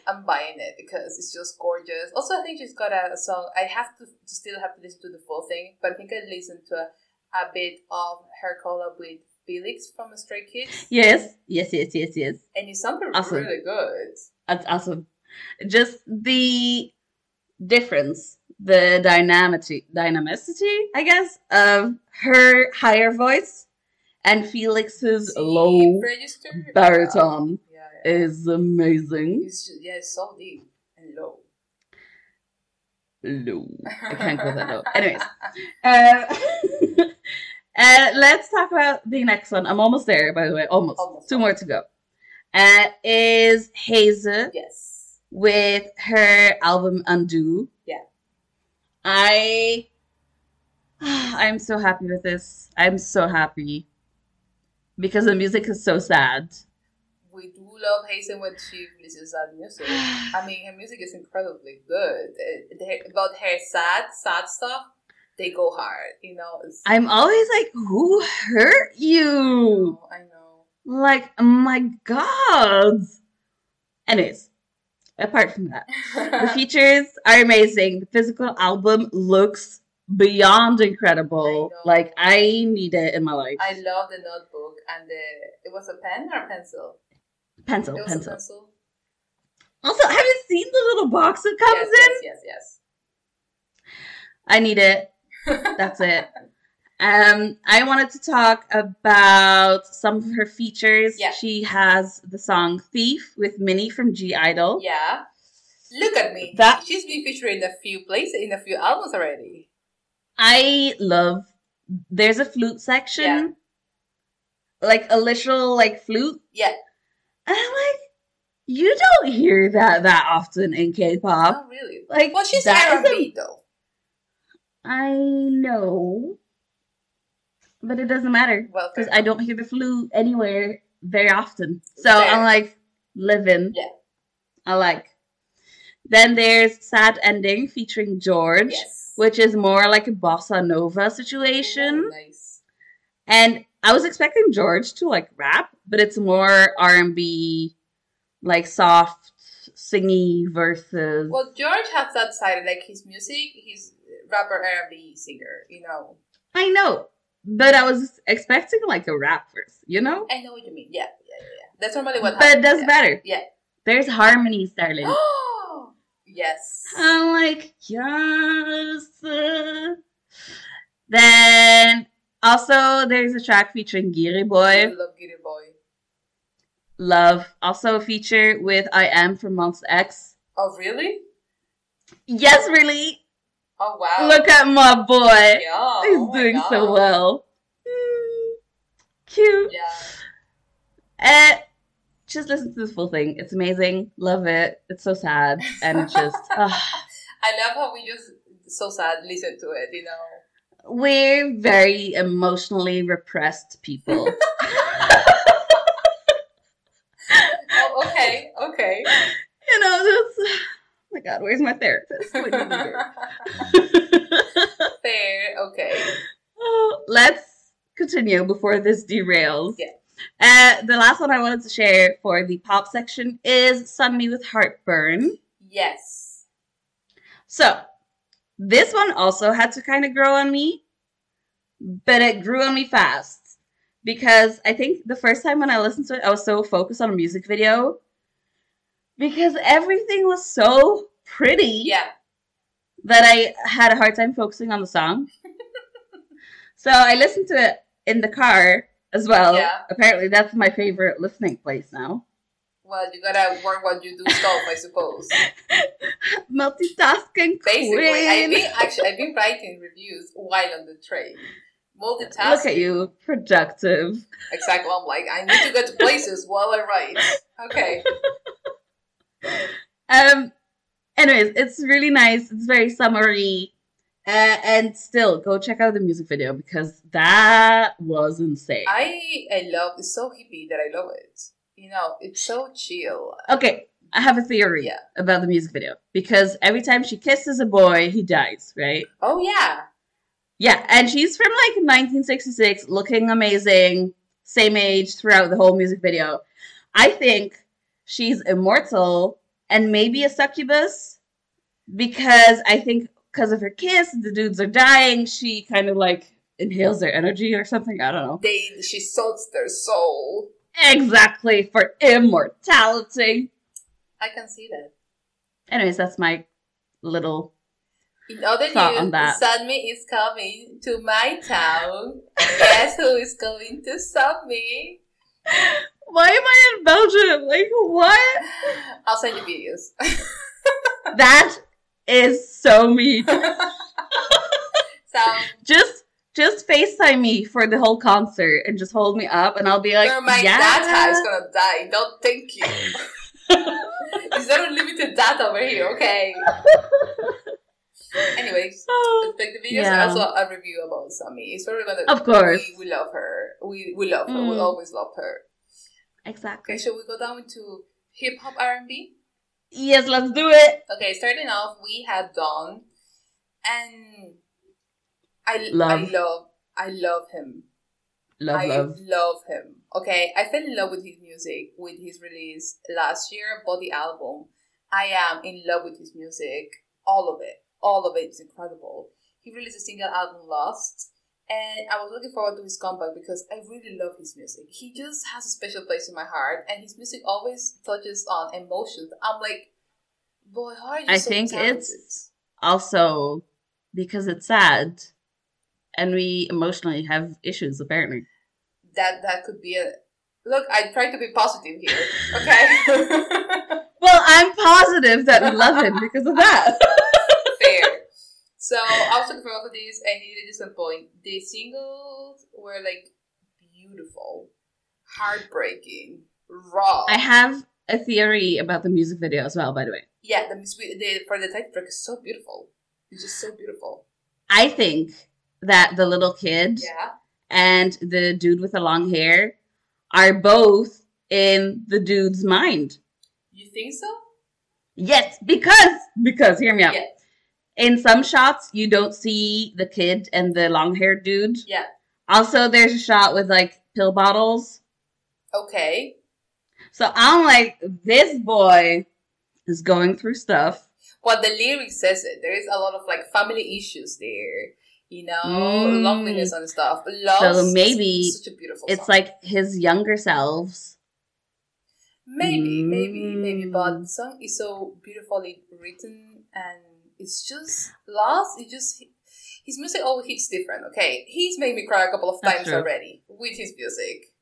Speaker 2: I'm buying it because it's just gorgeous. Also, I think she's got a, a song. I have to, to still have to listen to the full thing, but I think I listened to a, a bit of her collab with Felix from the Stray Kids,
Speaker 1: Yes, yes, yes, yes, yes.
Speaker 2: and it sounded
Speaker 1: Awesome.
Speaker 2: really good.
Speaker 1: That's awesome. Just the difference, the dynamity, dynamicity, I guess, of her higher voice and Felix's
Speaker 2: See,
Speaker 1: low
Speaker 2: register.
Speaker 1: baritone
Speaker 2: Yeah, yeah.
Speaker 1: is amazing.
Speaker 2: It's just, yeah, it's so deep and low.
Speaker 1: Low. I can't go that low. Anyways, uh, uh, let's talk about the next one. I'm almost there, by the way. Almost.
Speaker 2: Almost.
Speaker 1: Two more to go. Uh, is Hazel.
Speaker 2: Yes.
Speaker 1: with her album Undo.
Speaker 2: Yeah.
Speaker 1: I I'm so happy with this. I'm so happy because the music is so sad.
Speaker 2: We do love Hazen when she releases that music. I mean, her music is incredibly good. Uh, they- About her sad, sad stuff, they go hard. You know, it's,
Speaker 1: I'm always like, who hurt
Speaker 2: I
Speaker 1: you?
Speaker 2: know, I know.
Speaker 1: Like, my God. Anyways, apart from that, the features are amazing. The physical album looks beyond incredible.
Speaker 2: I know.
Speaker 1: like, I need it in my life.
Speaker 2: I love the notebook and the. It was a pen or a pencil?
Speaker 1: pencil,
Speaker 2: it was
Speaker 1: pencil.
Speaker 2: a pencil.
Speaker 1: Also, have you seen the little box that comes
Speaker 2: yes,
Speaker 1: in?
Speaker 2: yes, yes,
Speaker 1: I need it.
Speaker 2: yes.
Speaker 1: That's it. Um, I wanted to talk about some of her features.
Speaker 2: Yeah.
Speaker 1: She has the song Thief with Minnie from G Idol.
Speaker 2: yeah. Look at me.
Speaker 1: That-
Speaker 2: She's been featured in a few places, in a few albums already.
Speaker 1: I love there's a flute section.
Speaker 2: Yeah.
Speaker 1: Like a literal like flute.
Speaker 2: Yeah.
Speaker 1: And I'm like, you don't hear that that often in K pop.
Speaker 2: Oh, really?
Speaker 1: Like
Speaker 2: Well, she's
Speaker 1: that is a-
Speaker 2: R&B, though.
Speaker 1: I know. But it doesn't matter.
Speaker 2: Well,
Speaker 1: because
Speaker 2: fair
Speaker 1: I don't hear the flu anywhere very often. So
Speaker 2: Fair.
Speaker 1: I'm like living.
Speaker 2: Yeah.
Speaker 1: I like. Then there's Sad Ending featuring George,
Speaker 2: Yes.
Speaker 1: which is more like a bossa nova situation.
Speaker 2: Nice.
Speaker 1: And I was expecting George to like rap, but it's more R&B like soft singy verses.
Speaker 2: Well, George has that side, like his music, he's rapper R&B singer, you know.
Speaker 1: I know, but I was expecting like a rap verse, you know?
Speaker 2: I know what you mean. Yeah, yeah, yeah. yeah. That's normally what
Speaker 1: But it doesn't
Speaker 2: happens.
Speaker 1: matter.
Speaker 2: Yeah.
Speaker 1: There's harmonies, darling.
Speaker 2: Oh, yes.
Speaker 1: I'm like, yes. Then also there's a track featuring Giri
Speaker 2: I
Speaker 1: Boy.
Speaker 2: love Giddy Boy.
Speaker 1: Love. Also a feature with I Am from Monks X.
Speaker 2: Oh, really?
Speaker 1: Yes, really.
Speaker 2: Oh, wow.
Speaker 1: Look at my boy.
Speaker 2: Yeah.
Speaker 1: He's
Speaker 2: oh my
Speaker 1: doing so
Speaker 2: God.
Speaker 1: well. Mm, cute.
Speaker 2: Yeah.
Speaker 1: Eh, just listen to this full thing. It's amazing. Love it. It's so sad. And just ah.
Speaker 2: I love how we just so sad listen to it, you know.
Speaker 1: we're very emotionally repressed people.
Speaker 2: Oh, okay, okay.
Speaker 1: you know, just oh my god, where's my therapist? What do you need her?
Speaker 2: Fair, okay.
Speaker 1: Oh, Let's continue before this derails.
Speaker 2: Yeah.
Speaker 1: Uh, the last one I wanted to share for the pop section is Sun Me with Heartburn.
Speaker 2: Yes.
Speaker 1: So, this one also had to kind of grow on me, but it grew on me fast because I think the first time when I listened to it, I was so focused on a music video because everything was so pretty.
Speaker 2: Yeah.
Speaker 1: that I had a hard time focusing on the song. so I listened to it in the car as well.
Speaker 2: Yeah.
Speaker 1: Apparently, that's my favorite listening place now.
Speaker 2: Well, you gotta work what you do stuff, I suppose.
Speaker 1: Multitasking
Speaker 2: Basically, I've
Speaker 1: queen.
Speaker 2: been actually I've been writing reviews while on the train, multitasking.
Speaker 1: Look at you, productive.
Speaker 2: Exactly. I'm like, I need to go to places while I write. Okay.
Speaker 1: Um. Anyways, it's really nice. It's very summery. Uh, and still, go check out the music video because that was insane.
Speaker 2: I I love it's so hippie that I love it. You know, it's so chill.
Speaker 1: okay, I have a theory
Speaker 2: Yeah.
Speaker 1: about the music video because every time she kisses a boy, he dies, right?
Speaker 2: Oh yeah.
Speaker 1: Yeah, and she's from like 1966, looking amazing, same age throughout the whole music video. I think she's immortal and maybe a succubus because I think because of her kiss, the dudes are dying. She kind of like inhales their energy or something. I don't know.
Speaker 2: They she soaks their soul.
Speaker 1: Exactly for immortality.
Speaker 2: I can see that.
Speaker 1: Anyways, that's my little.
Speaker 2: In other
Speaker 1: Thought on
Speaker 2: news,
Speaker 1: that.
Speaker 2: Sunmi is coming to my town. Guess who is coming to Sunmi?
Speaker 1: Why am I in Belgium? Like what?
Speaker 2: I'll send you videos.
Speaker 1: that is so me.
Speaker 2: So
Speaker 1: Just just FaceTime me for the whole concert and just hold me up, and I'll be like,
Speaker 2: where my
Speaker 1: yeah.
Speaker 2: data is gonna die. No, thank you. It's not unlimited data over here, okay? Anyways,
Speaker 1: Oh,
Speaker 2: Like the videos
Speaker 1: Yeah.
Speaker 2: are also a review about Sammy. It's very that
Speaker 1: Of course.
Speaker 2: We, we love her. We we love her.
Speaker 1: Mm.
Speaker 2: We'll always love her. Okay,
Speaker 1: exactly.
Speaker 2: shall we go down to hip hop R and B?
Speaker 1: Yes, let's do it.
Speaker 2: Okay, starting off, we had Dawn, and I
Speaker 1: Love.
Speaker 2: I love I love him.
Speaker 1: Love,
Speaker 2: I
Speaker 1: love.
Speaker 2: love him. Okay, I fell in love with his music with his release last year, body album. I am in love with his music. All of it. All of it is incredible. He released a single album Lost, and I was looking forward to his comeback because I really love his music. He just has a special place in my heart, and his music always touches on emotions. I'm like, boy, how are you
Speaker 1: I
Speaker 2: so
Speaker 1: think it's-
Speaker 2: talented?
Speaker 1: Also, because it's sad, and we emotionally have issues apparently.
Speaker 2: that that could be a look. I try to be positive here. Okay.
Speaker 1: Well, I'm positive that we love him because of that.
Speaker 2: Fair. So I was looking for all of these, and he didn't disappoint. The singles were like beautiful, heartbreaking, raw.
Speaker 1: I have a theory about the music video as well. By the way,
Speaker 2: yeah, the, mus- the for the title track is so beautiful. It's just so beautiful.
Speaker 1: I think that the little kid
Speaker 2: Yeah,
Speaker 1: and the dude with the long hair are both in the dude's mind.
Speaker 2: you think so?
Speaker 1: Yes, because because hear me out.
Speaker 2: Yeah.
Speaker 1: In some shots, you don't see the kid and the long-haired dude.
Speaker 2: Yeah.
Speaker 1: Also, there's a shot with like pill bottles.
Speaker 2: Okay.
Speaker 1: So I'm like, this boy is going through stuff.
Speaker 2: Well, the lyric says it. There is a lot of like family issues there. You know,
Speaker 1: Mm.
Speaker 2: loneliness and stuff. Lost,
Speaker 1: maybe
Speaker 2: such a beautiful.
Speaker 1: It's
Speaker 2: song.
Speaker 1: like his younger selves.
Speaker 2: Maybe, maybe, maybe, but
Speaker 1: Mm.
Speaker 2: the song is so beautifully written and it's just lost. It just his music always hits different. Okay, he's made me cry a couple of
Speaker 1: That's
Speaker 2: times
Speaker 1: true.
Speaker 2: already with his music,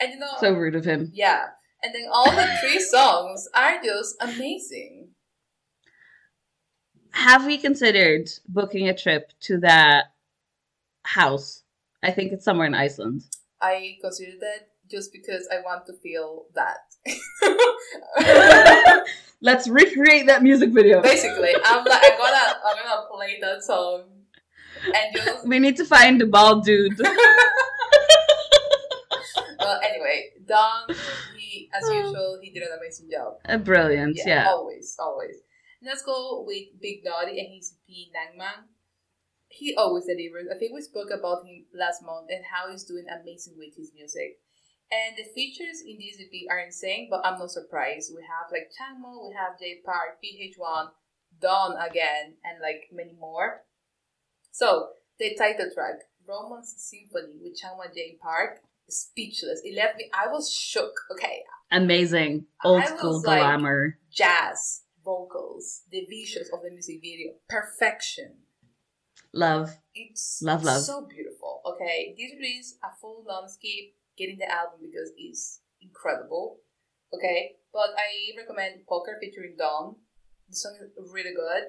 Speaker 2: and you know,
Speaker 1: So rude of him.
Speaker 2: yeah. And then all the three songs are just amazing.
Speaker 1: Have we considered booking a trip to that house? I think it's somewhere in Iceland.
Speaker 2: I consider that just because I want to feel that.
Speaker 1: Let's recreate that music video.
Speaker 2: Basically, I'm like I'm gonna I'm gonna play that song and just
Speaker 1: We need to find the bald dude.
Speaker 2: well, Uh, anyway, Don, he, as usual, he did an amazing job.
Speaker 1: Uh, Brilliant, yeah.
Speaker 2: Always, always. Let's go with Big Daddy and his P. Nangman. He always delivers. I think we spoke about him last month and how he's doing amazing with his music. And the features in this EP are insane, but I'm not surprised. We have like Changmo, we have J Park, PH1, Don again, and like many more. So, the title track, Romance Symphony with Changmo J Park, speechless. It left me, I was shook. Okay,
Speaker 1: Amazing.
Speaker 2: I
Speaker 1: Old
Speaker 2: was
Speaker 1: school
Speaker 2: like-
Speaker 1: glamour.
Speaker 2: jazz vocals, the visuals of the music video, perfection.
Speaker 1: Love.
Speaker 2: It's
Speaker 1: Love, love.
Speaker 2: so beautiful. Okay, this release a full landscape getting the album because it's incredible. Okay, but I recommend Poker featuring Don. The song is really good.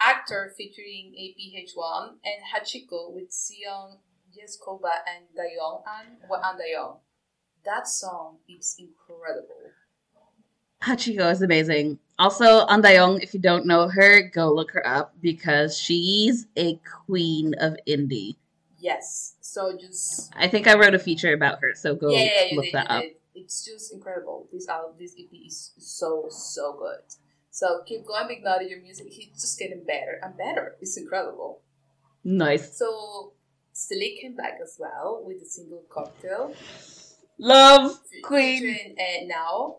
Speaker 2: Actor featuring APH1 and Hachiko with Seon Yeskoba and Dayoung and well, and Dayoung. That song is incredible.
Speaker 1: Hachiko is amazing. Also, Andayong, if you don't know her, go look her up because she's a queen of indie.
Speaker 2: Yes. So just
Speaker 1: I think I wrote a feature about her, so go
Speaker 2: you
Speaker 1: look
Speaker 2: did,
Speaker 1: that
Speaker 2: you
Speaker 1: up.
Speaker 2: did. It's just incredible. This album, this EP is so so good. So keep going, Big Naughty. Your music It's just getting better and better. It's incredible.
Speaker 1: Nice.
Speaker 2: So Slick came back as well with the single cocktail
Speaker 1: Love.
Speaker 2: fe-
Speaker 1: Queen.
Speaker 2: featuring, uh, now,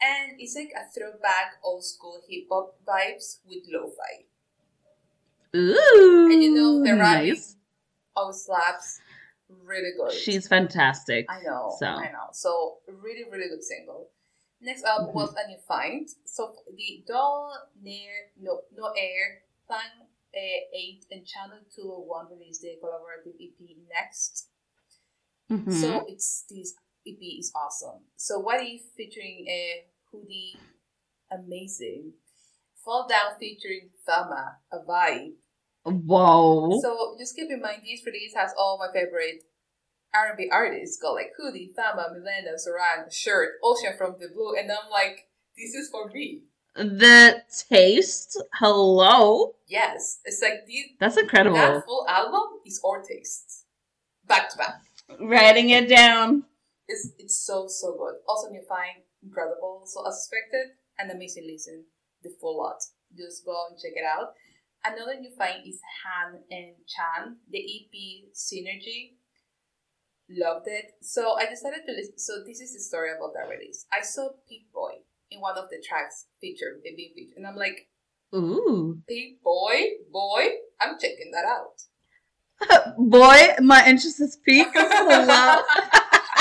Speaker 2: and it's like a throwback old school hip hop vibes with lo-fi.
Speaker 1: Ooh.
Speaker 2: And you know, the rap
Speaker 1: Mm, nice.
Speaker 2: Oh, slaps. Really good.
Speaker 1: She's fantastic.
Speaker 2: I know.
Speaker 1: So
Speaker 2: I know. So really, really good single. Next up
Speaker 1: Mhm.
Speaker 2: was a new find. So the Doll Near No No Air Fang eh, Eight and Channel Two Hundred One released their collaborative EP next.
Speaker 1: mhm.
Speaker 2: So it's this EP is awesome. So what if featuring a hoodie, amazing. Fall Down featuring Thama, a vibe.
Speaker 1: whoa.
Speaker 2: So just keep in mind this release has all my favorite R&B artists, got like Hoodie, Fama, Milena, Zoran, Shirt, Ocean from the Blue, and I'm like, this is for me.
Speaker 1: the taste. Hello.
Speaker 2: Yes, it's like the,
Speaker 1: That's incredible.
Speaker 2: that full album is our taste, back to back.
Speaker 1: Writing it down.
Speaker 2: It's it's so so good. Also, you find incredible. So as expected, an amazing listen. The full lot. Just go and check it out. Another new find is Han and Chan, the EP Synergy. Loved it. So I decided to listen. So this is the story about that release. I saw Pink Boy in one of the tracks featured, the being featured, and I'm like,
Speaker 1: Ooh.
Speaker 2: Pink Boy, boy, I'm checking that out.
Speaker 1: Uh, Boy, my interest is peaked. Hello.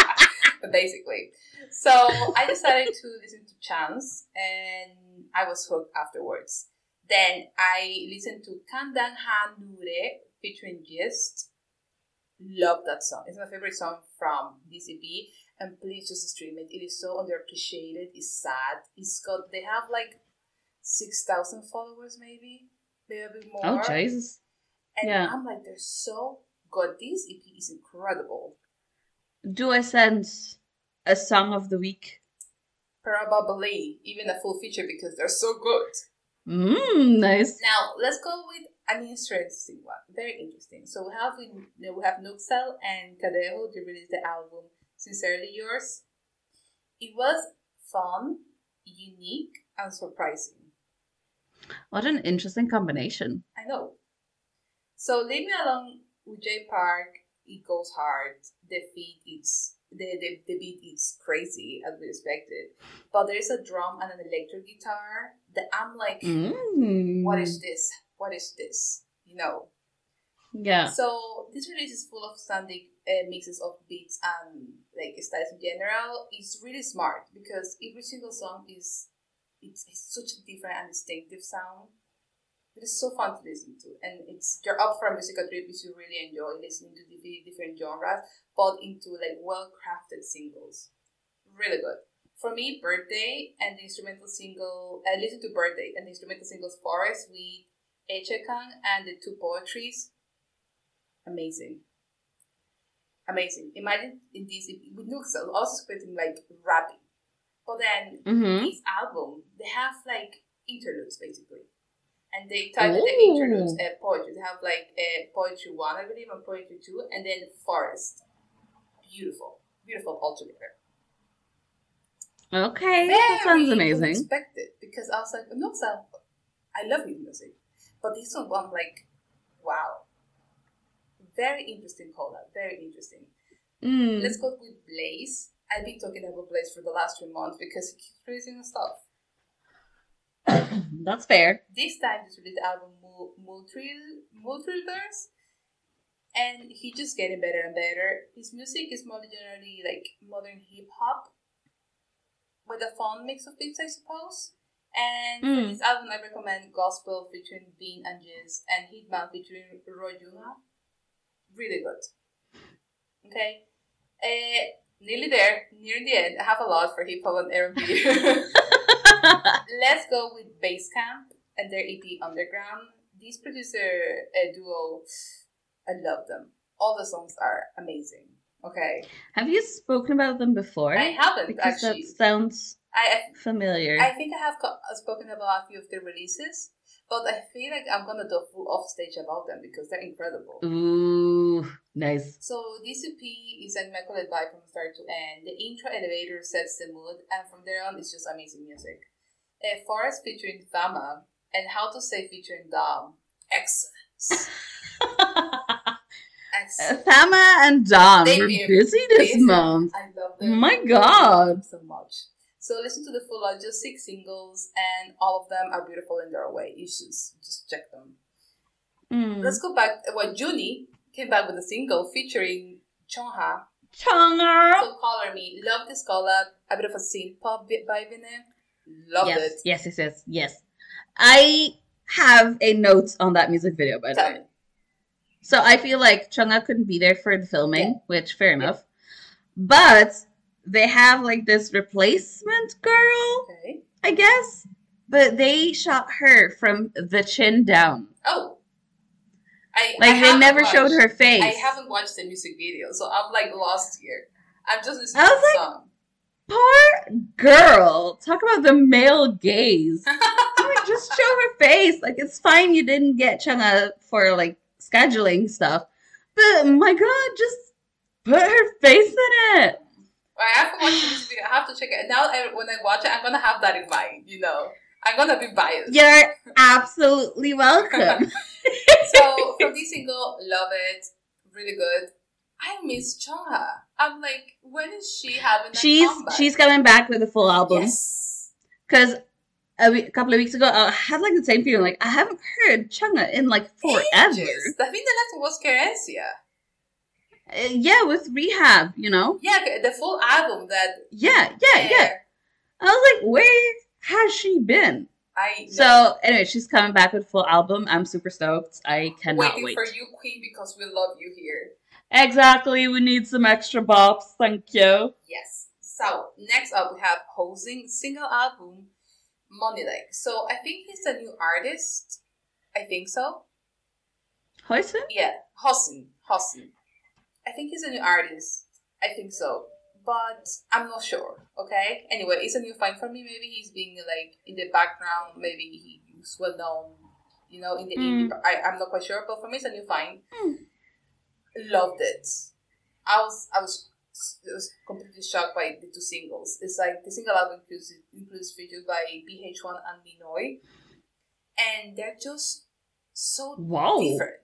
Speaker 2: basically. So I decided to listen to Chance and I was hooked afterwards. Then I listened to Kandan Ha Nure featuring Gist. Love that song. It's my favorite song from this EP. And please just stream it. It is so underappreciated. It's sad. It's got they have like six thousand followers maybe. Maybe a bit more.
Speaker 1: oh Jesus.
Speaker 2: And
Speaker 1: Yeah.
Speaker 2: I'm like, they're so good. This EP is incredible.
Speaker 1: Do I sense a song of the week?
Speaker 2: Probably even a full feature because they're so good.
Speaker 1: Mmm, nice.
Speaker 2: Now let's go with an interesting one. Very interesting. So we have we, we have Nuxel and Cadejo. They released the album "Sincerely Yours." It was fun, unique, and surprising.
Speaker 1: What an interesting combination.
Speaker 2: I know. So leave me alone with J Park. It goes hard. The beat is the, the, the beat is crazy as we expected. But there is a drum and an electric guitar that I'm like,
Speaker 1: Mmm.
Speaker 2: what is this? What is this? You know.
Speaker 1: Yeah.
Speaker 2: So this release is full of standing uh, mixes of beats and like styles in general. It's really smart because every single song is it's, it's such a different and distinctive sound. It is so fun to listen to, and it's you're up for a musical trip if you really enjoy listening to the di- different genres, but into like well crafted singles. Really good. For me, birthday and the instrumental single. I listened to birthday and the instrumental singles Forest with Echekang and the two poetries amazing. Amazing. Imagine in this with Nux I was also expecting like rapping. But then
Speaker 1: Mm-hmm.
Speaker 2: this album they have like interludes basically. And they titled the
Speaker 1: Ooh.
Speaker 2: interludes uh, poetry. They have like uh, poetry one, I believe, and poetry two, and then forest. Beautiful. Beautiful altogether.
Speaker 1: Okay. that sounds
Speaker 2: Very
Speaker 1: amazing.
Speaker 2: Unexpected because I was like, Nux, I love his music. But this one I'm like, wow. Very interesting collab, very interesting.
Speaker 1: Mm.
Speaker 2: Let's go with Blaze. I've been talking about Blaze for the last three months because he keeps releasing stuff.
Speaker 1: That's fair.
Speaker 2: This time, he's released the album Mul- Multril- Multrilers, and he just getting better and better. His music is more generally like modern hip hop with a fun mix of beats, I suppose. And for
Speaker 1: Mm.
Speaker 2: this album, I recommend Gospel featuring Bean and Jizz and Hitman featuring Roy Juna. Really good. Okay. Uh, nearly there, near the end. I have a lot for hip hop and R&B. Let's go with Basecamp and their EP Underground. These producer uh, duo, I love them. All the songs are amazing. Okay,
Speaker 1: Have you spoken about them before?
Speaker 2: I haven't
Speaker 1: because
Speaker 2: actually.
Speaker 1: that sounds
Speaker 2: I
Speaker 1: familiar.
Speaker 2: I think I have co- uh, spoken about a few of their releases, but I feel like I'm gonna do a full off stage about them because they're incredible.
Speaker 1: Ooh, nice.
Speaker 2: So this EP is an immaculate vibe from start to end. The intro elevator sets the mood, and from there on, it's just amazing music. Uh, Forest featuring Thama and How to Say featuring Dom. Excellent. Excellent.
Speaker 1: Thama and Dom
Speaker 2: They
Speaker 1: Um, were
Speaker 2: be
Speaker 1: busy this
Speaker 2: busy.
Speaker 1: month.
Speaker 2: I love them.
Speaker 1: My God.
Speaker 2: so much. So listen to the full lot, just six singles, and all of them are beautiful in their way. You should s- just check them.
Speaker 1: Mm.
Speaker 2: Let's go back. uh, Well, Junie came back with a single featuring Chongha.
Speaker 1: Chong'er.
Speaker 2: So Color Me. Love this collab. A bit of a synth pop bit vibe in it. Loved
Speaker 1: yes,
Speaker 2: it.
Speaker 1: yes, yes, yes, yes. I have a note on that music video, by the
Speaker 2: Tell
Speaker 1: way.
Speaker 2: me.
Speaker 1: So I feel like Chunga couldn't be there for the filming, which fair enough. But they have like this replacement girl,
Speaker 2: Okay.
Speaker 1: I guess. But they shot her from the chin down.
Speaker 2: Oh. I, I
Speaker 1: Like they
Speaker 2: haven't
Speaker 1: never
Speaker 2: watched-
Speaker 1: showed her face.
Speaker 2: I haven't watched the music video, so I'm like lost here. I'm just listening
Speaker 1: I
Speaker 2: to
Speaker 1: was
Speaker 2: the song.
Speaker 1: Poor girl. Talk about the male gaze. Like, just show her face. Like it's fine you didn't get Chunga for like scheduling stuff. But my god, just put her face in it.
Speaker 2: I haven't watched the music video. I have to check it. And now I, when I watch it, I'm gonna have that in mind. You know, I'm gonna be biased.
Speaker 1: You're absolutely welcome.
Speaker 2: so from this single, love it, really good. I miss Chongha. I'm like, when is she having that
Speaker 1: she's
Speaker 2: comeback?
Speaker 1: she's coming back with a full album
Speaker 2: yes.
Speaker 1: because a, we- a couple of weeks ago I had like the same feeling. Like I haven't heard Chunga in like forever.
Speaker 2: Ages. I think the last one was Carencia.
Speaker 1: Uh, yeah, with rehab, you know.
Speaker 2: Yeah, the full album that. eh,
Speaker 1: Yeah, yeah, yeah. I was like, where has she been?
Speaker 2: I
Speaker 1: So anyway, she's coming back with full album. I'm super stoked. I cannot
Speaker 2: waiting
Speaker 1: wait.
Speaker 2: for you, Queen, because we love you here.
Speaker 1: Exactly. We need some extra bops. Thank you.
Speaker 2: Yes. So next up we have Hosing single album Money Lake. So I think he's a new artist. I think so.
Speaker 1: Hoisin?
Speaker 2: Yeah, Hosing. Hosing. I think he's a new artist. I think so. But I'm not sure. Okay. Anyway, it's a new find for me. Maybe he's being like in the background. Maybe he's well known. You know, in the
Speaker 1: Mm.
Speaker 2: indie. but I, I'm not quite sure. But for me, it's a new find.
Speaker 1: Mm.
Speaker 2: Loved it. I was I was I was completely shocked by the two singles. It's like the single album includes includes features by BH1 and Minoy, and they're just so
Speaker 1: Wow.
Speaker 2: different.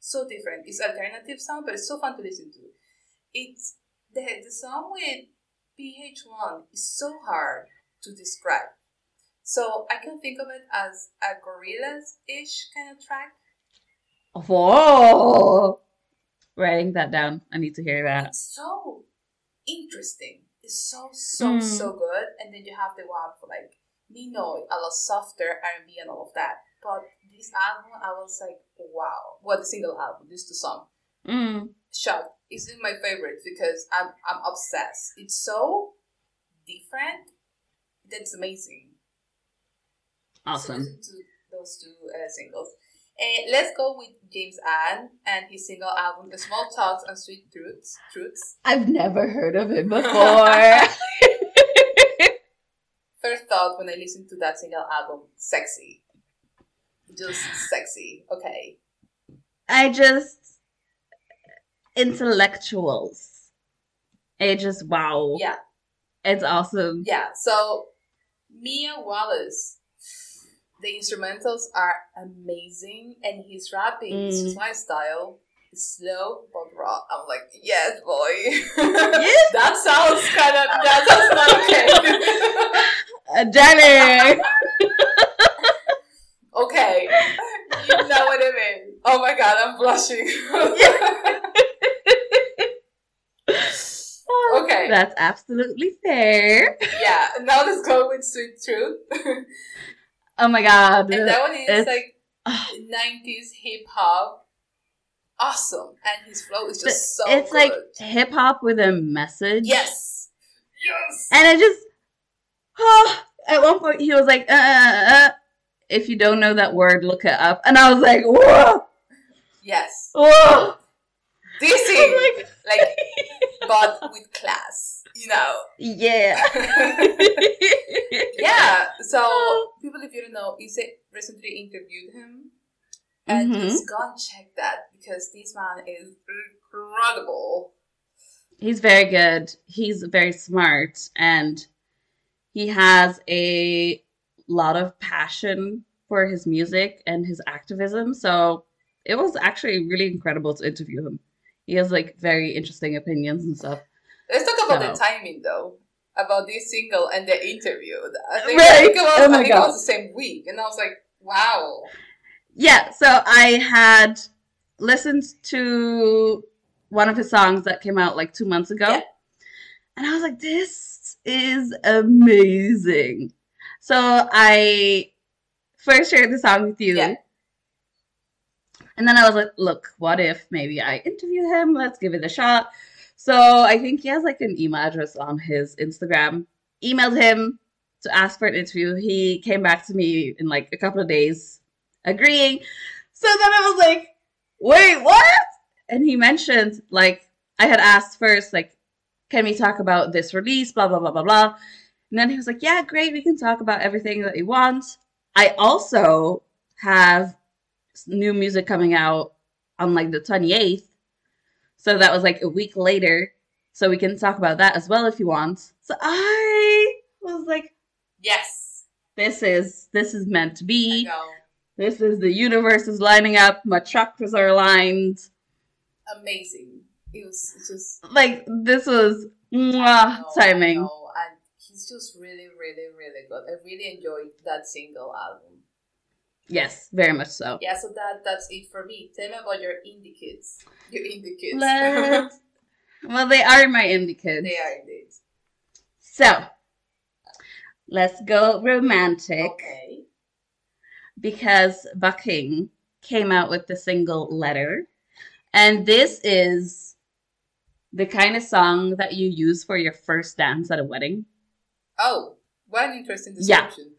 Speaker 2: So different. It's alternative sound, but it's so fun to listen to. It's the the song with BH1 is so hard to describe. So I can think of it as a gorillas ish kind of track.
Speaker 1: Whoa. Writing that down. I need to hear that.
Speaker 2: It's so interesting. It's so so
Speaker 1: Mm.
Speaker 2: so good. And then you have the one for like Nino, a lot softer R and B and all of that. But this album, I was like, wow, what a single album, just two songs.
Speaker 1: Mm.
Speaker 2: Shocked. It's in my favorite because I'm I'm obsessed. It's so different. That's amazing.
Speaker 1: Awesome.
Speaker 2: So listen to those two uh, singles. Uh, let's go with James Ann and his single album, The Small Talks and Sweet Truths. Truths.
Speaker 1: I've never heard of him
Speaker 2: First thought when I listened to that single album, sexy. Just sexy. Okay.
Speaker 1: I just intellectuals. It just wow.
Speaker 2: Yeah.
Speaker 1: It's awesome.
Speaker 2: Yeah. So Mia Wallace. The instrumentals are amazing and his rapping is
Speaker 1: Mm.
Speaker 2: just my style. It's slow but raw. I'm like, yes, boy. that sounds kind of that sounds not okay.
Speaker 1: Uh, Jenny!
Speaker 2: Okay. you know what I mean. Oh my god, I'm blushing. Okay.
Speaker 1: Oh, That's absolutely fair.
Speaker 2: yeah, now let's go with Sweet Truth.
Speaker 1: Oh my god.
Speaker 2: and that one is
Speaker 1: It's-
Speaker 2: like
Speaker 1: Ah.
Speaker 2: 90s hip hop. Awesome. And his flow is just so
Speaker 1: it's
Speaker 2: good.
Speaker 1: like hip hop with a message.
Speaker 2: Yes. Yes.
Speaker 1: And I just, oh, at one point he was like, uh, uh, uh, if you don't know that word, look it up. And I was like, whoa, Oh
Speaker 2: Yes.
Speaker 1: whoa.
Speaker 2: Dizzy.
Speaker 1: I'm like,
Speaker 2: like, but with class, you know.
Speaker 1: yeah.
Speaker 2: yeah. So
Speaker 1: Oh.
Speaker 2: people, if you don't know, Issei recently interviewed him, and
Speaker 1: Mhm.
Speaker 2: just go and check that because this man is incredible.
Speaker 1: He's very good. He's very smart and he has a lot of passion for his music and his activism. So it was actually really incredible to interview him. He has like very interesting opinions and stuff.
Speaker 2: Let's talk about the
Speaker 1: So-
Speaker 2: timing, though, about this single and the interview. I think, I
Speaker 1: Right.
Speaker 2: think it was,
Speaker 1: Oh
Speaker 2: I
Speaker 1: my
Speaker 2: think it
Speaker 1: God.
Speaker 2: was the same week, and I was like, wow.
Speaker 1: Yeah, so I had listened to one of his songs that came out like two months ago.
Speaker 2: Yeah.
Speaker 1: And I was like, this is amazing. So I first shared the song with you.
Speaker 2: Yeah.
Speaker 1: And then I was like, look, what if maybe I interview him? Let's give it a shot. So I think he has like an email address on his Instagram. Emailed him to ask for an interview. He came back to me in like a couple of days agreeing. So then I was like, wait, what? And he mentioned like I had asked first, like, can we talk about this release? Blah blah blah blah blah. And then he was like, Yeah, great, we can talk about everything that you want. I also have s- new music coming out on like the 28th. So that was like a week later. So we can talk about that as well if you want. So I was like,
Speaker 2: Yes.
Speaker 1: this is this is meant to
Speaker 2: I
Speaker 1: be.
Speaker 2: know.
Speaker 1: This is the universe is lining up. My chakras are aligned.
Speaker 2: Amazing. It was it's just
Speaker 1: Like this was
Speaker 2: I
Speaker 1: mwah,
Speaker 2: know, I
Speaker 1: Ah, timing.
Speaker 2: know. And he's just really, really, really good. I really enjoyed that single album.
Speaker 1: Yes, very much so.
Speaker 2: Yeah, so that that's it for me. Tell me about your indie kids. Your indie kids.
Speaker 1: Let's- Well, they are my indie kids.
Speaker 2: they are indeed.
Speaker 1: So let's go romantic
Speaker 2: Okay.
Speaker 1: because Bucking came out with the single Letter. And this is the kind of song that you use for your first dance at a wedding.
Speaker 2: Oh, what an interesting
Speaker 1: Yeah.
Speaker 2: description.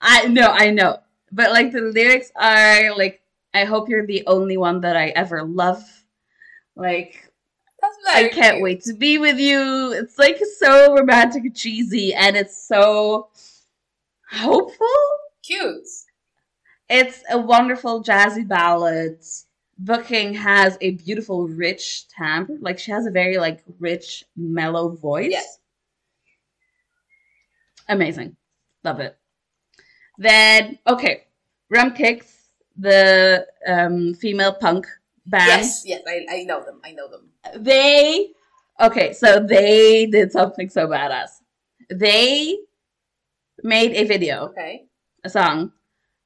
Speaker 1: I know, I know. But like the lyrics are like, I hope you're the only one that I ever love. Like,
Speaker 2: That's
Speaker 1: I
Speaker 2: very
Speaker 1: can't
Speaker 2: cute.
Speaker 1: wait to be with you. It's like so romantic and cheesy, and it's so hopeful.
Speaker 2: Cute.
Speaker 1: It's a wonderful jazzy ballad. Booking has a beautiful, rich timbre. Like she has a very like rich, mellow voice.
Speaker 2: Yeah.
Speaker 1: Amazing, love it. Then okay, Rum Kicks, the um, female punk band.
Speaker 2: Yes, yes, I, I know them. I know them.
Speaker 1: They okay, so they did something so badass. They made a video,
Speaker 2: Okay.
Speaker 1: a song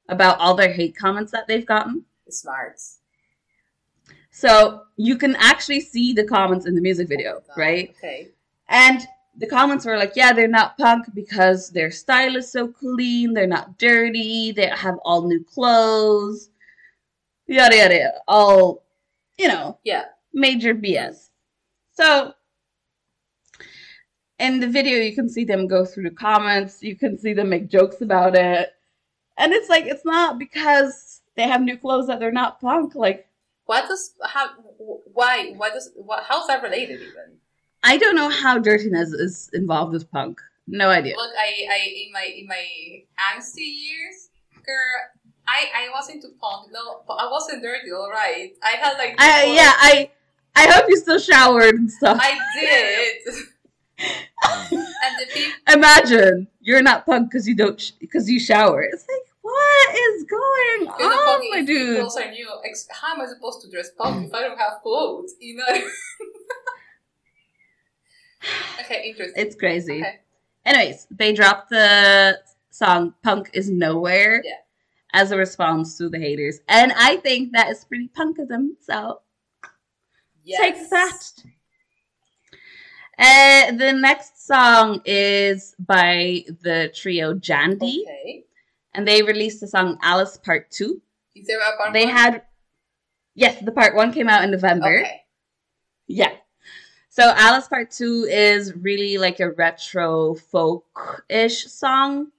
Speaker 1: about all their hate comments that they've gotten.
Speaker 2: Smart.
Speaker 1: So you can actually see the comments in the music video,
Speaker 2: Oh God,
Speaker 1: right?
Speaker 2: Okay.
Speaker 1: And the comments were like, yeah, they're not punk because their style is so clean, they're not dirty, they have all new clothes, yada yada, yada. all, you know,
Speaker 2: Yeah.
Speaker 1: major BS. So in the video, you can see them go through the comments, you can see them make jokes about it. And it's like, it's not because they have new clothes that they're not punk. Like,
Speaker 2: What does how wh- why why does what how's that related even?
Speaker 1: I don't know how dirtiness is involved with punk. No idea.
Speaker 2: Look, I, I in my in my angsty years, girl, I I was into punk. No, but I wasn't dirty. All right, I had like
Speaker 1: I
Speaker 2: people-
Speaker 1: yeah, I I hope you still showered and stuff.
Speaker 2: I did. and the people.
Speaker 1: Imagine you're not punk because you don't because you shower. It's like what is going
Speaker 2: You're not
Speaker 1: on,
Speaker 2: punk
Speaker 1: my
Speaker 2: if
Speaker 1: dude?
Speaker 2: Clothes are new. Ex- How am I supposed to dress punk if I don't have clothes? You know. okay, interesting.
Speaker 1: It's crazy.
Speaker 2: Okay.
Speaker 1: Anyways, they dropped the song "Punk Is Nowhere"
Speaker 2: Yeah.
Speaker 1: as a response to the haters, and I think that is pretty punk of them. So Take that. Uh, the next song is by the trio Jandy,
Speaker 2: Okay.
Speaker 1: and they released the song Alice Part 2.
Speaker 2: Is there a part
Speaker 1: They
Speaker 2: one?
Speaker 1: had, yes, the part one came out in November.
Speaker 2: Okay.
Speaker 1: Yeah. So Alice Part 2 is really like a retro folk ish song.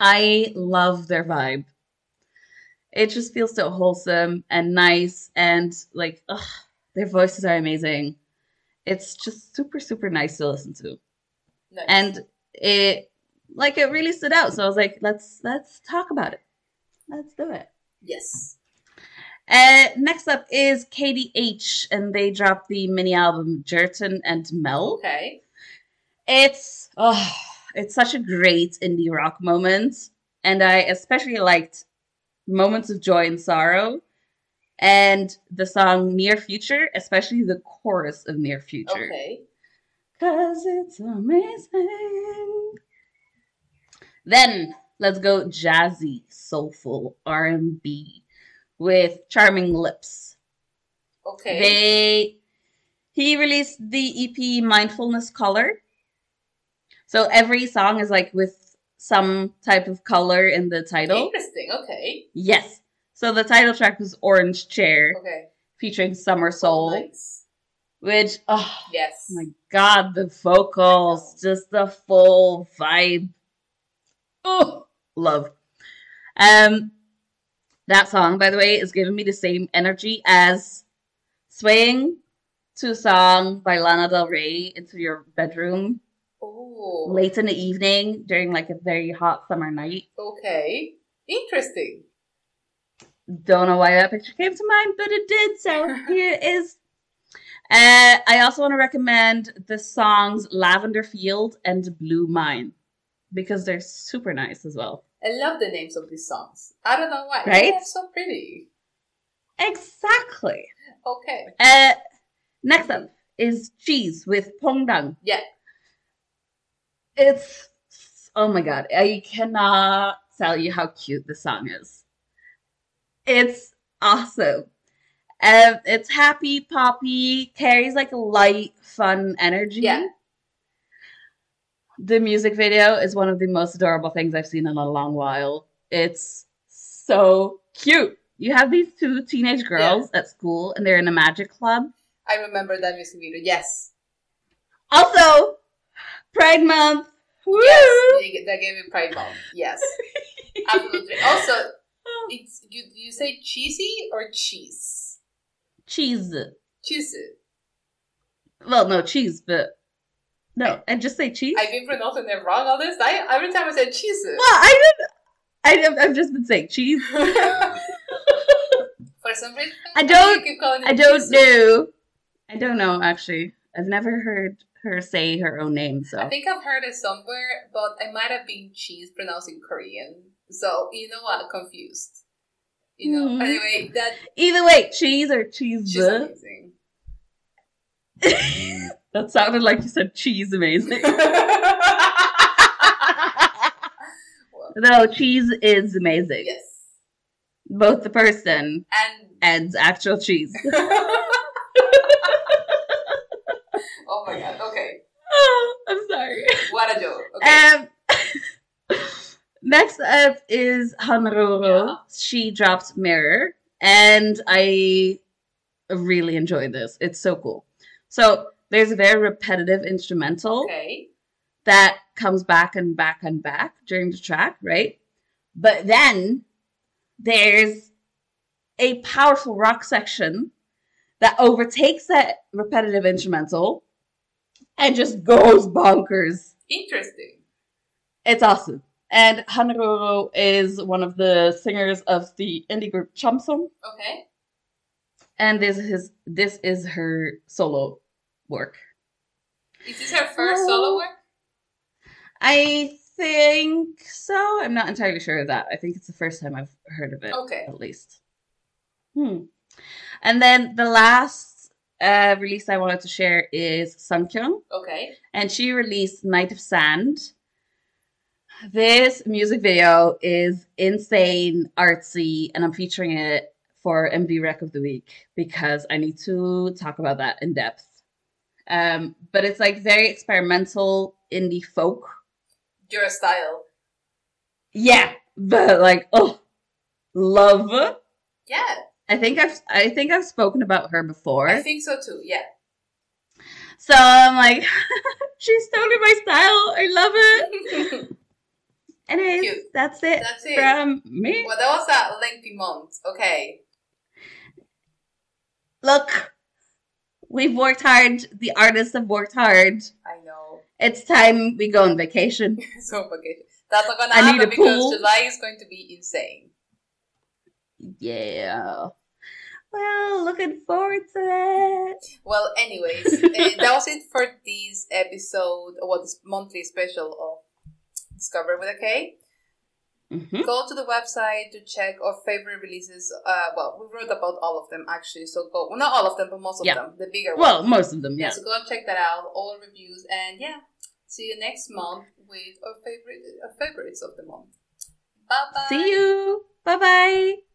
Speaker 1: I love their vibe. It just feels so wholesome and nice, and like, ugh, their voices are amazing. It's just super, super nice to listen to.
Speaker 2: Nice.
Speaker 1: And it, like, it really stood out. So I was like, let's let's talk about it. Let's do it.
Speaker 2: yes.
Speaker 1: Uh, next up is Katie H, and they dropped the mini album Jerton and Mel.
Speaker 2: Okay.
Speaker 1: It's oh, it's such a great indie rock moment, and I especially liked moments of joy and sorrow, and the song Near Future, especially the chorus of Near Future.
Speaker 2: Okay.
Speaker 1: Cause it's amazing. Then let's go jazzy, soulful R and B with Charming Lips.
Speaker 2: Okay.
Speaker 1: They he released the EP Mindfulness Color. So every song is like with some type of color in the title.
Speaker 2: Interesting. Okay.
Speaker 1: Yes. So the title track was Orange Chair
Speaker 2: Okay.
Speaker 1: featuring Summer Soul,
Speaker 2: Oh, Nice.
Speaker 1: which oh
Speaker 2: Yes.
Speaker 1: my god, the vocals, just the full vibe. Oh, love. Um that song by the way is giving me the same energy as swaying to a song by Lana Del Rey into your bedroom
Speaker 2: oh.
Speaker 1: late in the evening during like a very hot summer night.
Speaker 2: Okay. Interesting.
Speaker 1: Don't know why that picture came to mind, but it did. So here it is. Uh, I also want to recommend the songs Lavender Field and Blue Mine because they're super nice as well.
Speaker 2: I love the names of these songs. I don't know why.
Speaker 1: Right?
Speaker 2: They're so pretty.
Speaker 1: Exactly.
Speaker 2: Okay.
Speaker 1: Uh, next up is Cheese with Pongdang.
Speaker 2: Yeah.
Speaker 1: It's oh my god, I cannot tell you how cute the song is. It's awesome. Um, it's happy, poppy, carries like a light, fun energy.
Speaker 2: Yeah.
Speaker 1: The music video is one of the most adorable things I've seen in a long while. It's so cute. You have these two teenage girls at school and they're in a magic club.
Speaker 2: I remember that music video. Yes.
Speaker 1: Also, Pride Month. Woo!
Speaker 2: Yes. They, they gave me Pride Month. Yes. Absolutely. Also,
Speaker 1: Oh.
Speaker 2: it's you, you say cheesy or cheese?
Speaker 1: Cheese.
Speaker 2: Cheesy.
Speaker 1: Well, no cheese, but no, and just say cheese.
Speaker 2: I've been pronouncing it wrong all this time. Every time I say cheesy.
Speaker 1: well, I didn't. I, I've just been saying cheese.
Speaker 2: For some reason,
Speaker 1: I don't-
Speaker 2: You keep calling it
Speaker 1: I don't
Speaker 2: cheesy.
Speaker 1: know. I don't know actually. I've never heard her say her own name,
Speaker 2: I
Speaker 1: so
Speaker 2: think I've heard it somewhere, but I might have been cheese pronouncing Korean. So you know what? Confused. You know.
Speaker 1: Mhm.
Speaker 2: Anyway, that
Speaker 1: either way, cheese or cheese.
Speaker 2: she's amazing.
Speaker 1: That sounded like you said cheese amazing.
Speaker 2: Well,
Speaker 1: no, cheese is amazing.
Speaker 2: yes,
Speaker 1: Both the person
Speaker 2: and
Speaker 1: and actual cheese.
Speaker 2: oh my god. Okay,
Speaker 1: oh, I'm sorry.
Speaker 2: what a joke. Okay,
Speaker 1: Um, next up is Hanroro.
Speaker 2: Yeah.
Speaker 1: She dropped Mirror, and I really enjoy this. It's so cool. So there's a very repetitive instrumental
Speaker 2: okay.
Speaker 1: that comes back and back and back during the track, right? But then there's a powerful rock section that overtakes that repetitive instrumental and just goes bonkers.
Speaker 2: Interesting.
Speaker 1: It's awesome. And Hanroro is one of the singers of the indie group Chomsom,
Speaker 2: Okay.
Speaker 1: and this is his, this is her solo work.
Speaker 2: Is this her first
Speaker 1: Oh.
Speaker 2: solo work?
Speaker 1: I think so. I'm not entirely sure of that. I think it's the first time I've heard of it,
Speaker 2: Okay.
Speaker 1: at least. Hmm. And then the last uh, release I wanted to share is Sunkyung.
Speaker 2: Okay.
Speaker 1: and she released Night of Sand. This music video is insane, artsy, and I'm featuring it for MV Rec of the Week because I need to talk about that in depth. Um, but it's like very experimental indie folk.
Speaker 2: Your style.
Speaker 1: Yeah, but like oh, love.
Speaker 2: Yeah,
Speaker 1: I think I've I think I've spoken about her before.
Speaker 2: I think so too. Yeah.
Speaker 1: so I'm like, she's totally my style. I love it. Anyways,
Speaker 2: Cute.
Speaker 1: that's it.
Speaker 2: That's it.
Speaker 1: from me.
Speaker 2: Well, that was a lengthy month. Okay.
Speaker 1: Look, we've worked hard. The artists have worked hard.
Speaker 2: I know.
Speaker 1: It's time we go on vacation.
Speaker 2: so vacation. That's not gonna
Speaker 1: I need
Speaker 2: happen
Speaker 1: a
Speaker 2: because
Speaker 1: pool.
Speaker 2: July is going to be insane.
Speaker 1: Yeah. Well, looking forward to it.
Speaker 2: Well, anyways, uh, that was it for this episode, or well, this monthly special of Discover with a K.
Speaker 1: Mm-hmm.
Speaker 2: Go to the website to check our favorite releases. Uh, well, we wrote about all of them actually, so go. Well, not all of them, but most of
Speaker 1: Yeah.
Speaker 2: them, the bigger ones.
Speaker 1: Well, most of them, yeah.
Speaker 2: So go and check that out, all reviews, and yeah, see you next month with our favorite our favorites of the month. Bye bye.
Speaker 1: See you. Bye bye.